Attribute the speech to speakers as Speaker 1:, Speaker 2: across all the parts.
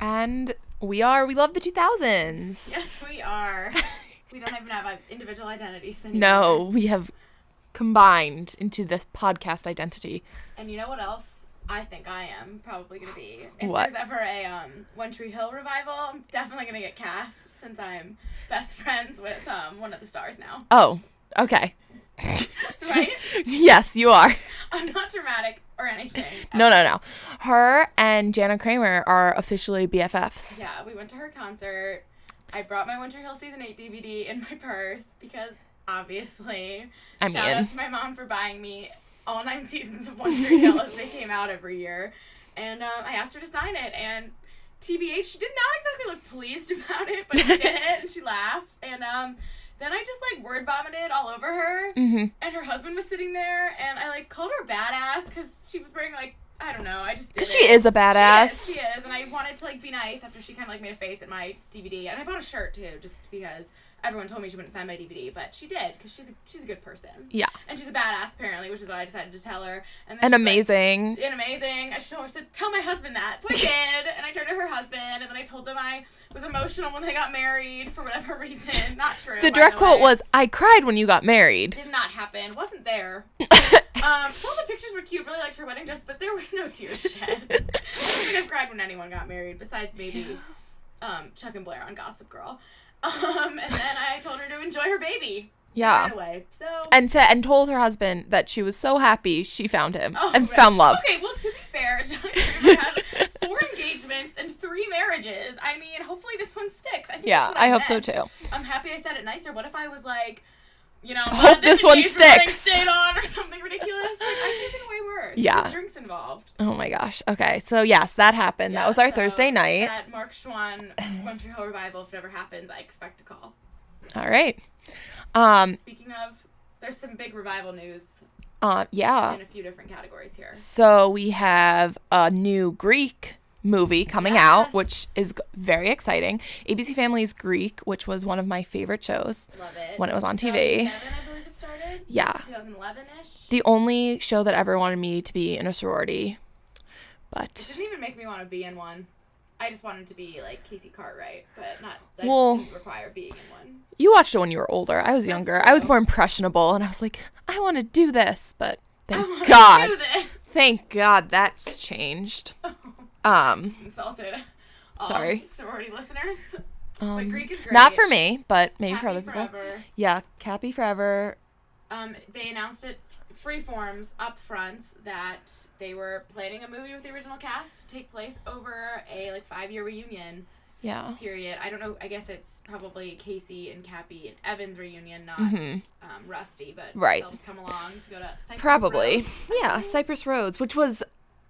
Speaker 1: And we are, we love the 2000s.
Speaker 2: Yes, we are. we don't even have uh, individual identities anymore.
Speaker 1: No, we have combined into this podcast identity.
Speaker 2: And you know what else? I think I am probably gonna be. If
Speaker 1: What?
Speaker 2: there's ever a um, One Tree Hill revival, I'm definitely gonna get cast since I'm best friends with um, one of the stars now.
Speaker 1: Oh, okay.
Speaker 2: Right?
Speaker 1: yes, you are.
Speaker 2: I'm not dramatic or anything.
Speaker 1: No, no, no. Her and Jana Kramer are officially BFFs.
Speaker 2: Yeah, we went to her concert. I brought my Winter Hill Season 8 DVD in my purse because obviously.
Speaker 1: I
Speaker 2: shout
Speaker 1: mean-
Speaker 2: out to my mom for buying me all nine seasons of Winter Hill as they came out every year. And um, I asked her to sign it. And TBH, she did not exactly look pleased about it, but she did it and she laughed. And um, then I just like word vomited all over her.
Speaker 1: Mhm.
Speaker 2: And her husband was sitting there. And I like called her badass because she was wearing like, I don't know, I just did.
Speaker 1: Because
Speaker 2: it.
Speaker 1: she is a
Speaker 2: She
Speaker 1: badass.
Speaker 2: is, she is, and I wanted to like be nice after she kind of like made a face at my DVD, and I bought a shirt too, just because everyone told me she wouldn't sign my DVD, but she did because she's a, she's a good person.
Speaker 1: Yeah.
Speaker 2: And she's a badass apparently, which is what I decided to tell her. And, then
Speaker 1: And
Speaker 2: she's
Speaker 1: amazing.
Speaker 2: Like, and amazing. I should said, tell my husband that. So I did, and I turned to her husband, and then I told them I was emotional when they got married for whatever reason. Not true. by
Speaker 1: the direct quote
Speaker 2: way.
Speaker 1: was, I cried when you got married.
Speaker 2: Did not happen. Wasn't there. Um, well, the pictures were cute. Really liked her wedding dress, but there were no tears shed. I don't think I've cried when anyone got married, besides maybe um, Chuck and Blair on Gossip Girl. Um, and then I told her to enjoy her baby.
Speaker 1: yeah.
Speaker 2: Right away. So.
Speaker 1: And, to, and told her husband that she was so happy she found him
Speaker 2: Oh,
Speaker 1: and
Speaker 2: right.
Speaker 1: found love.
Speaker 2: Okay, well, to be fair, John Kramer had four engagements and three marriages. I mean, hopefully this one sticks. I think
Speaker 1: Yeah,
Speaker 2: that's what
Speaker 1: I, hope so
Speaker 2: meant.
Speaker 1: too.
Speaker 2: I'm happy I said it nicer. What if I was like, you know,
Speaker 1: Hope
Speaker 2: glad
Speaker 1: this one
Speaker 2: engagement wedding
Speaker 1: sticks.
Speaker 2: Stayed on or something ridiculous. Like, I think even way worse.
Speaker 1: Yeah.
Speaker 2: There's drinks involved.
Speaker 1: Oh my gosh. Okay. So, yes, that happened.
Speaker 2: Yeah,
Speaker 1: that was our
Speaker 2: so
Speaker 1: Thursday night.
Speaker 2: That Mark Schwann One Tree Hill revival, if it ever happens, I expect a call.
Speaker 1: All right. Um,
Speaker 2: Speaking of, there's some big revival news
Speaker 1: uh, yeah.
Speaker 2: in a few different categories here.
Speaker 1: So we have a new Greek movie coming out, which
Speaker 2: Yes.
Speaker 1: is g- very exciting. ABC Family's Greek, which was one of my favorite shows.
Speaker 2: Love it.
Speaker 1: When it was on TV.
Speaker 2: 2007, I believe it started.
Speaker 1: Yeah.
Speaker 2: 2011 ish.
Speaker 1: The only show that ever wanted me to be in a sorority,
Speaker 2: It
Speaker 1: but
Speaker 2: didn't even make me want to be in one. I just wanted to be like Casey Cartwright, but not that
Speaker 1: Well-
Speaker 2: didn't require being in one.
Speaker 1: you watched it when you were older. I was younger. I was
Speaker 2: true.
Speaker 1: more impressionable, and I was like, I want to do this, but
Speaker 2: I wanna
Speaker 1: thank God,
Speaker 2: do this.
Speaker 1: thank God that's changed. Um,
Speaker 2: Insulted. all
Speaker 1: Sorry.
Speaker 2: Sorority listeners.
Speaker 1: um,
Speaker 2: Greek is
Speaker 1: not
Speaker 2: great.
Speaker 1: for me, but maybe for
Speaker 2: Happy
Speaker 1: other people.
Speaker 2: forever.
Speaker 1: Yeah, Cappy Forever.
Speaker 2: Um, they announced it freeforms up front that they were planning a movie with the original cast to take place over a like five year reunion
Speaker 1: Yeah.
Speaker 2: period. I don't know. I guess it's probably Casey and Cappy and Evan's reunion, not
Speaker 1: Mhm.
Speaker 2: um, Rusty, but
Speaker 1: Right.
Speaker 2: they'll just come along to go to Cypress
Speaker 1: Probably.
Speaker 2: Road.
Speaker 1: Yeah, Cypress Roads, which was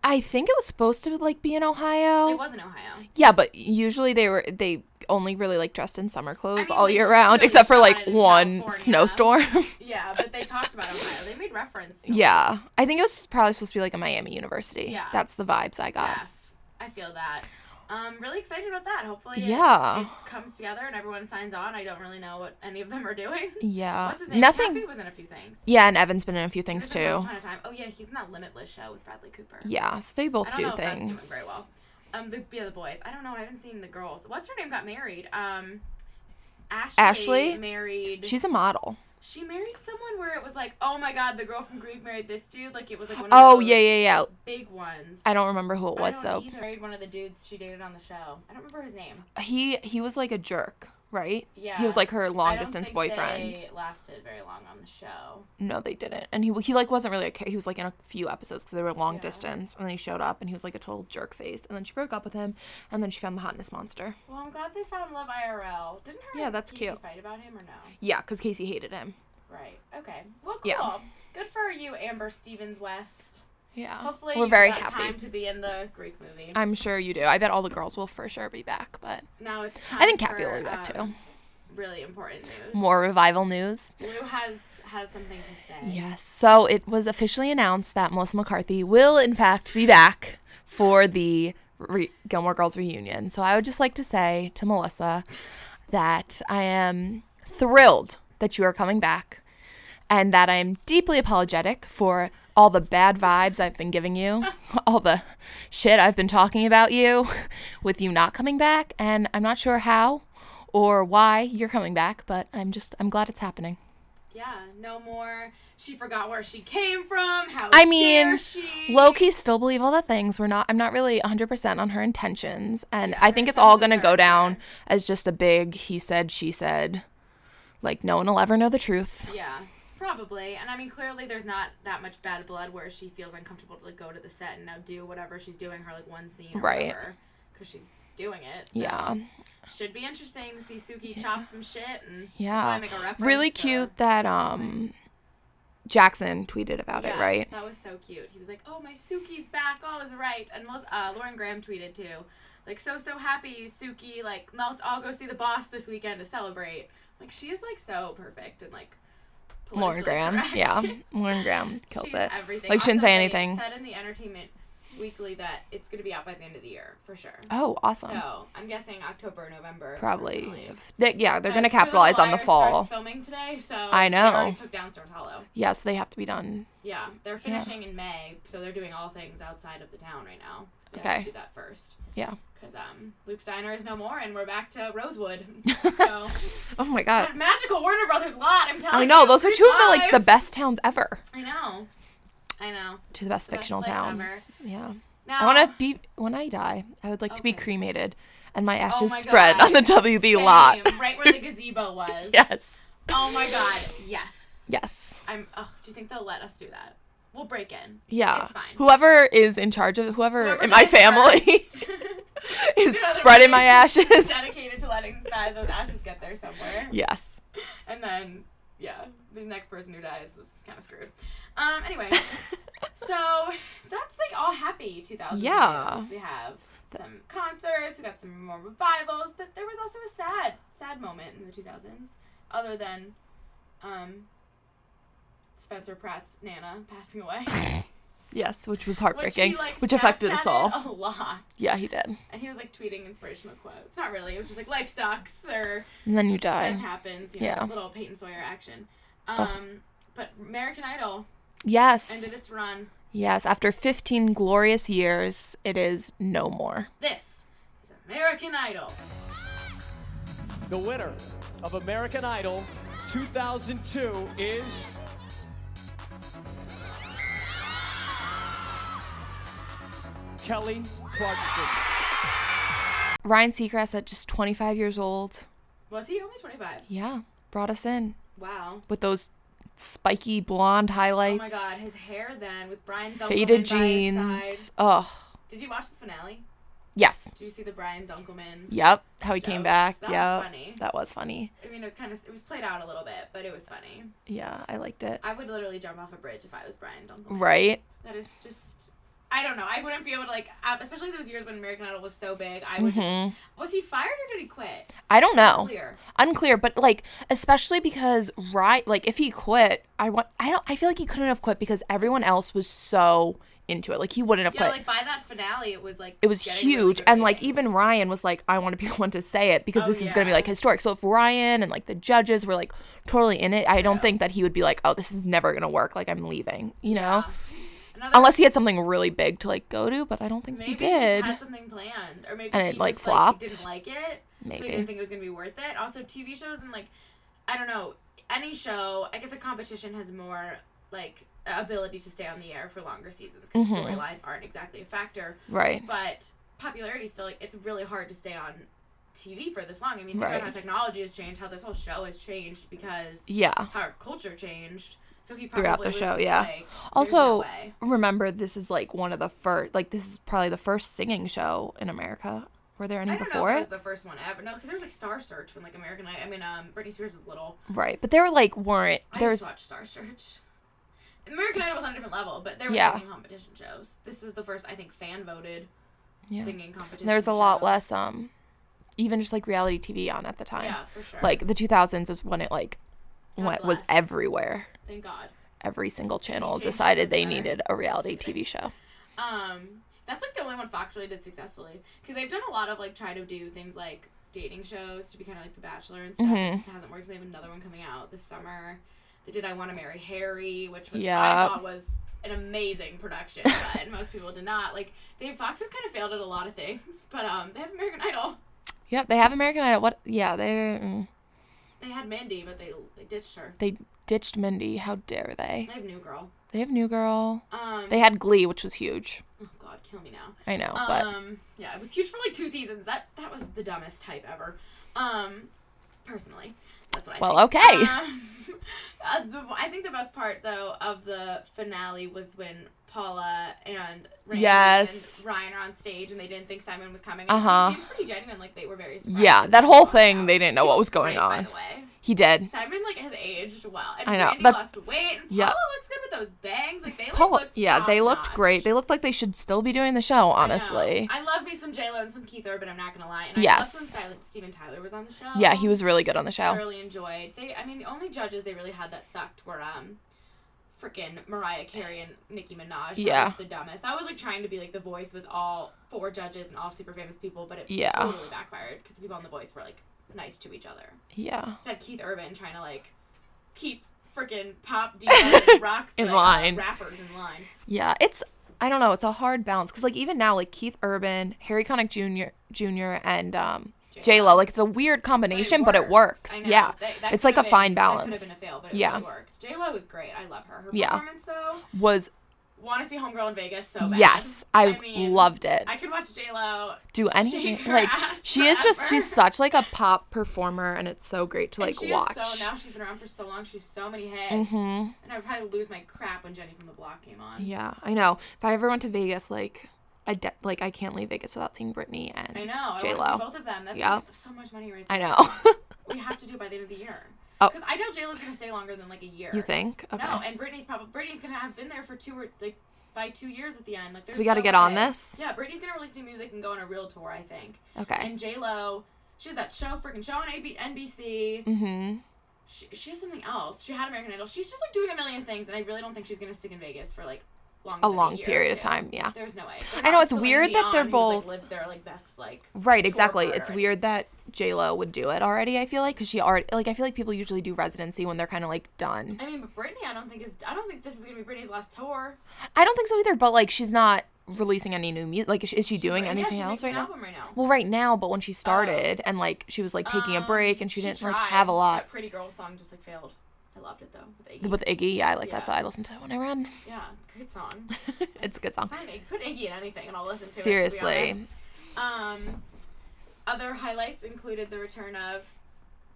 Speaker 1: I think it was supposed to like be in Ohio.
Speaker 2: It was in Ohio.
Speaker 1: yeah, but usually they were they only really like dressed in summer clothes
Speaker 2: mean,
Speaker 1: all
Speaker 2: they
Speaker 1: year
Speaker 2: just
Speaker 1: round
Speaker 2: really
Speaker 1: except for
Speaker 2: shot
Speaker 1: like
Speaker 2: it in
Speaker 1: one
Speaker 2: California.
Speaker 1: snowstorm.
Speaker 2: Yeah, but they talked about Ohio. They made reference to
Speaker 1: yeah. I think it was probably supposed to be like a Miami University.
Speaker 2: Yeah.
Speaker 1: That's the vibes I got.
Speaker 2: Jeff. I feel that. Um, really excited about that. Hopefully, it-
Speaker 1: Yeah.
Speaker 2: it comes together and everyone signs on. I don't really know what any of them are doing.
Speaker 1: Yeah.
Speaker 2: What's his name?
Speaker 1: Nothing.
Speaker 2: Cappy was in a few things.
Speaker 1: Yeah, and Evan's been in a few things
Speaker 2: There's a
Speaker 1: too.
Speaker 2: Once Upon a Time- Oh yeah, he's in that Limitless show with Bradley Cooper.
Speaker 1: Yeah, so they
Speaker 2: I
Speaker 1: both
Speaker 2: don't
Speaker 1: do
Speaker 2: know if
Speaker 1: things.
Speaker 2: that's doing very well. Um, the yeah, the boys. I don't know. I haven't seen the girls. What's her name? Got married. Um, Ashley.
Speaker 1: Ashley?
Speaker 2: married.
Speaker 1: She's a model.
Speaker 2: she married someone where it was like, oh my god, the girl from Greek married this dude. Like it was like one of
Speaker 1: Oh,
Speaker 2: those
Speaker 1: yeah, yeah, yeah.
Speaker 2: big ones.
Speaker 1: I don't remember who it
Speaker 2: I
Speaker 1: was
Speaker 2: don't
Speaker 1: though.
Speaker 2: either. Married one of the dudes she dated on the show. I don't remember his name.
Speaker 1: He he was like a jerk, right?
Speaker 2: e-, Yeah.
Speaker 1: He was like her
Speaker 2: I
Speaker 1: long
Speaker 2: don't
Speaker 1: distance
Speaker 2: think
Speaker 1: boyfriend.
Speaker 2: They lasted very long on the show.
Speaker 1: No, they didn't. And he he like wasn't really okay. He was like in a few episodes because they were long
Speaker 2: Yeah.
Speaker 1: distance. And then he showed up and he was like a total jerk face. And then she broke up with him. And then she found the hotness monster.
Speaker 2: Well, I'm glad they found Love IRL. Didn't her?
Speaker 1: Yeah,
Speaker 2: and
Speaker 1: that's
Speaker 2: Casey
Speaker 1: cute.
Speaker 2: Fight about him or no?
Speaker 1: Yeah, because Casey hated him.
Speaker 2: Right. Okay. Well, cool.
Speaker 1: Yeah.
Speaker 2: Good for you, Amber Stevens West.
Speaker 1: Yeah,
Speaker 2: Hopefully,
Speaker 1: Oh, we're
Speaker 2: you
Speaker 1: very
Speaker 2: got Time
Speaker 1: happy.
Speaker 2: to be in the Greek movie.
Speaker 1: I'm sure you do. I bet all the girls will for sure be back. But
Speaker 2: now it's. Time
Speaker 1: I think Cappy will
Speaker 2: for,
Speaker 1: be back too.
Speaker 2: um, Really important news.
Speaker 1: More revival news.
Speaker 2: Lou has has something to say.
Speaker 1: Yes. So it was officially announced that Melissa McCarthy will, in fact, be back for the re- Gilmore Girls reunion. So I would just like to say to Melissa that I am thrilled that you are coming back and that I am deeply apologetic for all the bad vibes I've been giving you, all the shit I've been talking about you, with you not coming back. And I'm not sure how or why you're coming back, but I'm just, I'm glad it's happening.
Speaker 2: Yeah, no more. She forgot where she came from. How
Speaker 1: I mean,
Speaker 2: dare she?
Speaker 1: Loki still believe all the things. We're not. I'm not really 100 percent on her intentions, and I
Speaker 2: her
Speaker 1: think it's all gonna
Speaker 2: intentions
Speaker 1: go
Speaker 2: are
Speaker 1: down
Speaker 2: clear.
Speaker 1: as just a big he said, she said. Like no one will ever know the truth.
Speaker 2: Yeah, probably. And I mean, clearly there's not that much bad blood where she feels uncomfortable to like, go to the set and now do whatever she's doing her like one scene, or
Speaker 1: Right.
Speaker 2: Because she's doing it. so
Speaker 1: Yeah,
Speaker 2: Should be interesting to see Suki chop some shit and
Speaker 1: yeah.
Speaker 2: probably make a reference.
Speaker 1: Really
Speaker 2: to-
Speaker 1: cute that um, Jackson tweeted about
Speaker 2: Yes,
Speaker 1: it, right?
Speaker 2: That was so cute. He was like, "Oh, my Suki's back. All is right." And Melissa, uh, Lauren Graham tweeted too, like, "So so happy, Suki. Like, let's all go see the boss this weekend to celebrate." Like, she is like so perfect and like.
Speaker 1: Lauren
Speaker 2: politically
Speaker 1: Graham,
Speaker 2: correct.
Speaker 1: yeah, Lauren Graham kills
Speaker 2: She's
Speaker 1: it.
Speaker 2: Everything.
Speaker 1: Like she didn't
Speaker 2: Also,
Speaker 1: say
Speaker 2: they
Speaker 1: anything.
Speaker 2: Said in the Entertainment Weekly that it's gonna be out by the end of the year for sure.
Speaker 1: Oh, awesome.
Speaker 2: So I'm guessing October, November.
Speaker 1: Probably.
Speaker 2: personally.
Speaker 1: If They, yeah, they're
Speaker 2: Uh,
Speaker 1: gonna
Speaker 2: Spoon and
Speaker 1: capitalize on the
Speaker 2: Wire
Speaker 1: fall.
Speaker 2: Starts filming today, so
Speaker 1: I
Speaker 2: they
Speaker 1: know.
Speaker 2: already took down Storms Hollow.
Speaker 1: Yeah, so they have to be done.
Speaker 2: Yeah, they're
Speaker 1: Yeah.
Speaker 2: finishing in May, so they're doing all things outside of the town right now. So They have
Speaker 1: Okay.
Speaker 2: to do that first.
Speaker 1: Yeah.
Speaker 2: Because um, Luke's Diner is no more, and we're back to Rosewood. So
Speaker 1: Oh my god.
Speaker 2: that magical Warner Brothers lot. I'm telling you.
Speaker 1: I know those are
Speaker 2: Grease
Speaker 1: two of the like the
Speaker 2: life.
Speaker 1: best towns ever.
Speaker 2: I know. I know.
Speaker 1: Two of the best
Speaker 2: The best
Speaker 1: fictional
Speaker 2: place
Speaker 1: towns. Yeah.
Speaker 2: Now
Speaker 1: I want to be when I die. I would like to be
Speaker 2: Okay. Oh
Speaker 1: cremated, and my ashes
Speaker 2: my
Speaker 1: spread
Speaker 2: God.
Speaker 1: on the WB
Speaker 2: same,
Speaker 1: lot.
Speaker 2: right where the gazebo was.
Speaker 1: yes.
Speaker 2: Oh my God. Yes.
Speaker 1: Yes.
Speaker 2: I'm. Oh, do you think they'll let us do that? We'll break in.
Speaker 1: Yeah.
Speaker 2: It's fine.
Speaker 1: Whoever is in charge of whoever,
Speaker 2: Whoever
Speaker 1: in my
Speaker 2: dies
Speaker 1: family
Speaker 2: first.
Speaker 1: is
Speaker 2: You know, they're
Speaker 1: spreading my
Speaker 2: really
Speaker 1: ashes.
Speaker 2: Dedicated to letting that, those ashes get there somewhere.
Speaker 1: Yes.
Speaker 2: And then, yeah, the next person who dies is kind of screwed. Um. Anyway, so that's like all happy 2000.
Speaker 1: Yeah.
Speaker 2: videos. We have some concerts. We got some more revivals, but there was also a sad, sad moment in the 2000s. Other than, um. Spencer Pratt's Nana passing away,
Speaker 1: yes, which was
Speaker 2: which,
Speaker 1: heartbreaking,
Speaker 2: he,
Speaker 1: which,
Speaker 2: like,
Speaker 1: affected us all.
Speaker 2: Snapchatted A lot.
Speaker 1: Yeah, he did.
Speaker 2: And he was like tweeting inspirational quotes. Not really. It was just like life sucks or
Speaker 1: And then you
Speaker 2: death
Speaker 1: die.
Speaker 2: happens. You know,
Speaker 1: Yeah.
Speaker 2: Little Peyton Sawyer action.
Speaker 1: Ugh.
Speaker 2: Um, but American Idol ended
Speaker 1: Yes.
Speaker 2: its run.
Speaker 1: Yes. After 15 glorious years, it is no more.
Speaker 2: This is American Idol.
Speaker 3: The winner of American Idol 2002 is Kelly Clarkson.
Speaker 1: Ryan Seacrest at just 25 years old.
Speaker 2: Was he only 25?
Speaker 1: Yeah, brought us in
Speaker 2: Wow.
Speaker 1: with those spiky blonde
Speaker 2: Oh
Speaker 1: highlights,
Speaker 2: my God, his hair then with Brian Dunkelman
Speaker 1: faded
Speaker 2: by his
Speaker 1: jeans.
Speaker 2: side.
Speaker 1: Oh,
Speaker 2: Did you watch the finale?
Speaker 1: yes.
Speaker 2: Did you see the Brian Dunkelman?
Speaker 1: Yep. How he came
Speaker 2: Jokes.
Speaker 1: back.
Speaker 2: That was
Speaker 1: yep.
Speaker 2: funny.
Speaker 1: That was funny.
Speaker 2: I mean, it was kind of it was played out a little bit, but it was funny.
Speaker 1: Yeah, I liked it.
Speaker 2: I would literally jump off a bridge if I was Brian Dunkelman.
Speaker 1: Right?
Speaker 2: That is just. I don't know. I wouldn't be able to like, uh, especially those years when American Idol was so big. I would just.
Speaker 1: Mm-hmm.
Speaker 2: Was he fired or did he quit?
Speaker 1: I don't know.
Speaker 2: Clear.
Speaker 1: Unclear, but like especially because right like if he quit, I want I don't I feel like he couldn't have quit because everyone else was so into it. Like he wouldn't have
Speaker 2: Yeah,
Speaker 1: quit.
Speaker 2: like by that finale, it was like
Speaker 1: it was
Speaker 2: getting really
Speaker 1: huge
Speaker 2: good
Speaker 1: and like
Speaker 2: ratings.
Speaker 1: even ryan was like i want to be the one to say it because
Speaker 2: Oh,
Speaker 1: this is going to be like
Speaker 2: yeah.
Speaker 1: historic so if ryan and like the judges were like totally in it i don't think that he would be like oh this is never going to work like i'm leaving you know
Speaker 2: Another-
Speaker 1: unless he had something really big to like go to but i don't think
Speaker 2: maybe
Speaker 1: he did
Speaker 2: had something planned, or maybe
Speaker 1: And
Speaker 2: he
Speaker 1: it, like,
Speaker 2: just,
Speaker 1: flopped?
Speaker 2: he didn't like it, so
Speaker 1: Maybe.
Speaker 2: he didn't think it was gonna be worth it. Also, TV shows and like, I don't know, any show. I guess a competition has more like ability to stay on the air for longer seasons because
Speaker 1: Mm-hmm.
Speaker 2: storylines aren't exactly a factor.
Speaker 1: right
Speaker 2: but popularity still like it's really hard to stay on TV for this long. I mean, think
Speaker 1: Right.
Speaker 2: about how technology has changed, how this whole show has changed because
Speaker 1: yeah
Speaker 2: how our culture changed. So he probably
Speaker 1: Throughout the
Speaker 2: was
Speaker 1: show,
Speaker 2: just
Speaker 1: yeah.
Speaker 2: like, "There's no
Speaker 1: also
Speaker 2: way."
Speaker 1: remember this is like one of the first like this is probably the first singing show in america were there any
Speaker 2: I don't
Speaker 1: before
Speaker 2: know if
Speaker 1: it
Speaker 2: it was the first one ever. No, because there was like Star Search when like American Idol. I mean, um, Britney Spears was little.
Speaker 1: right but there were like weren't
Speaker 2: I
Speaker 1: there's
Speaker 2: just watched Star Search. American Idol was on a different level, but there were
Speaker 1: Yeah.
Speaker 2: singing competition shows. This was the first, I think, fan voted
Speaker 1: yeah.
Speaker 2: singing competition.
Speaker 1: And there's a lot
Speaker 2: show.
Speaker 1: less um even just like reality tv on at the time
Speaker 2: Yeah, for sure.
Speaker 1: like the 2000s is when it like
Speaker 2: God
Speaker 1: went was
Speaker 2: bless.
Speaker 1: everywhere
Speaker 2: thank God.
Speaker 1: every single channel
Speaker 2: changed
Speaker 1: decided
Speaker 2: for
Speaker 1: they
Speaker 2: better.
Speaker 1: needed a reality
Speaker 2: kidding.
Speaker 1: tv show
Speaker 2: Um, that's like the only one Fox really did successfully because they've done a lot of like try to do things like dating shows to be kind of like The Bachelor and stuff. It hasn't worked. so They have another one coming out this summer. They did I Want to Marry Harry, which was, I
Speaker 1: Yep.
Speaker 2: thought was an amazing production, but most people did not. Like, they Fox has kind of failed at a lot of things, but um, they have American Idol.
Speaker 1: Yep, they have American Idol. What? Yeah, they mm,
Speaker 2: They had Mindy, but they they ditched her.
Speaker 1: they ditched Mindy. How dare they?
Speaker 2: They have New Girl.
Speaker 1: They have New Girl.
Speaker 2: Um,
Speaker 1: They had Glee, which was huge.
Speaker 2: oh God, kill me now.
Speaker 1: I know, but
Speaker 2: Um, yeah, it was huge for like two seasons. That that was the dumbest hype ever. Um, personally, that's what I.
Speaker 1: well,
Speaker 2: think.
Speaker 1: okay.
Speaker 2: Um, uh, the, I think the best part though of the finale was when Paula and Randy
Speaker 1: Yes.
Speaker 2: and Ryan are on stage and they didn't think Simon was coming.
Speaker 1: Uh-huh.
Speaker 2: It seemed pretty genuine, like they were very. surprised
Speaker 1: yeah,
Speaker 2: when
Speaker 1: that
Speaker 2: Simon
Speaker 1: whole
Speaker 2: walked
Speaker 1: thing,
Speaker 2: out.
Speaker 1: they didn't know what was going
Speaker 2: Great, by
Speaker 1: on.
Speaker 2: the way.
Speaker 1: He did.
Speaker 2: Simon like has aged well. And
Speaker 1: I know,
Speaker 2: Randy
Speaker 1: that's-
Speaker 2: lost weight. and
Speaker 1: yeah.
Speaker 2: Paula looks good with those bangs. Like they like,
Speaker 1: Paula,
Speaker 2: looked
Speaker 1: yeah, they looked
Speaker 2: top-notch.
Speaker 1: great. They looked like they should still be doing the show, honestly.
Speaker 2: I, know. I love me some J Lo and some Keith Urban. I'm not gonna lie. And I
Speaker 1: Yes.
Speaker 2: loved when Silent Steven Tyler was on the show.
Speaker 1: Yeah, he was really good on the
Speaker 2: I
Speaker 1: show.
Speaker 2: really enjoyed. They, I mean, the only judges they really had that sucked were um, freaking Mariah Carey and Nicki Minaj. That
Speaker 1: Yeah.
Speaker 2: was the dumbest. I was like trying to be like the voice with all four judges and all super famous people, but it
Speaker 1: Yeah.
Speaker 2: totally backfired because the people on the voice were like nice to each other.
Speaker 1: Yeah.
Speaker 2: I had Keith Urban trying to like keep freaking pop divas and rocks
Speaker 1: In
Speaker 2: like, uh,
Speaker 1: line.
Speaker 2: rappers in line.
Speaker 1: Yeah, it's I don't know, it's a hard balance cuz like even now like Keith Urban, Harry Connick Jr. Jr. and um J-Lo, like it's a weird combination, but it works.
Speaker 2: I know.
Speaker 1: Yeah.
Speaker 2: That- that
Speaker 1: it's like a
Speaker 2: could've been-
Speaker 1: fine
Speaker 2: That could
Speaker 1: balance.
Speaker 2: have been a fail, but it
Speaker 1: Yeah.
Speaker 2: really worked. J Lo was great. I love her. Her
Speaker 1: Yeah.
Speaker 2: performance though.
Speaker 1: Was
Speaker 2: Want to see Homegirl in Vegas so bad.
Speaker 1: yes, I,
Speaker 2: mean,
Speaker 1: loved it.
Speaker 2: I could watch J Lo
Speaker 1: Do anything like she is just she's such like a pop performer and it's so great to like
Speaker 2: she
Speaker 1: watch.
Speaker 2: Is so, now she's been around for so long. She's so many hits,
Speaker 1: Mhm.
Speaker 2: and I'd probably lose my crap when Jenny from the Block came on.
Speaker 1: Yeah, I know. If I ever went to Vegas like I de- like I can't leave Vegas without seeing Britney and
Speaker 2: I know. I
Speaker 1: J
Speaker 2: wanna see
Speaker 1: Lo.
Speaker 2: Both of them. That's
Speaker 1: Yeah.
Speaker 2: like so much money right
Speaker 1: I
Speaker 2: there.
Speaker 1: know.
Speaker 2: We have to do it by the end of the year.
Speaker 1: Oh.
Speaker 2: Because I doubt J Lo's gonna stay longer than like a year.
Speaker 1: you think? Okay.
Speaker 2: No, and Brittany's probably Brittany's gonna have been there for two or like by two years at the end. Like,
Speaker 1: So we
Speaker 2: there's
Speaker 1: gotta
Speaker 2: no
Speaker 1: get on
Speaker 2: way.
Speaker 1: this?
Speaker 2: Yeah, Brittany's gonna release new music and go on a real tour, I think.
Speaker 1: okay.
Speaker 2: And J Lo, she has that show, freaking show on AB- NBC.
Speaker 1: Mhm.
Speaker 2: She, she has something else. She had American Idol. She's just like doing a million things, and I really don't think she's gonna stick in Vegas for like long.
Speaker 1: A
Speaker 2: than
Speaker 1: long
Speaker 2: year or
Speaker 1: period of
Speaker 2: two.
Speaker 1: time, yeah.
Speaker 2: There's no way.
Speaker 1: I know, it's
Speaker 2: Celine
Speaker 1: weird that
Speaker 2: Dion,
Speaker 1: they're
Speaker 2: who's,
Speaker 1: both-
Speaker 2: like, lived their like best like.
Speaker 1: Right,
Speaker 2: tour
Speaker 1: exactly.
Speaker 2: part
Speaker 1: It's
Speaker 2: already.
Speaker 1: weird that J Lo would do it already. I feel like because she already like I feel like people usually do residency when they're kind of like done.
Speaker 2: I mean, but Brittany, I don't think is. I don't think this is gonna be Brittany's last tour.
Speaker 1: I don't think so either. But like she's not releasing any new music. Like is she, is she doing
Speaker 2: Right- yeah,
Speaker 1: anything
Speaker 2: she's
Speaker 1: else
Speaker 2: making
Speaker 1: right
Speaker 2: an
Speaker 1: now?
Speaker 2: Album right now.
Speaker 1: Well, right now, but when she started and like she was like taking a
Speaker 2: Um,
Speaker 1: break and she, didn't like
Speaker 2: tried.
Speaker 1: have a lot
Speaker 2: That pretty girl song just like failed. I loved it though. With Iggy.
Speaker 1: with Iggy. Yeah, I like that
Speaker 2: Yeah.
Speaker 1: song. I listen to it when I run.
Speaker 2: yeah, great song.
Speaker 1: it's a good song.
Speaker 2: Sign Iggy. Put Iggy in anything, and I'll listen to it. to be
Speaker 1: Seriously.
Speaker 2: honest. um, other highlights included the return of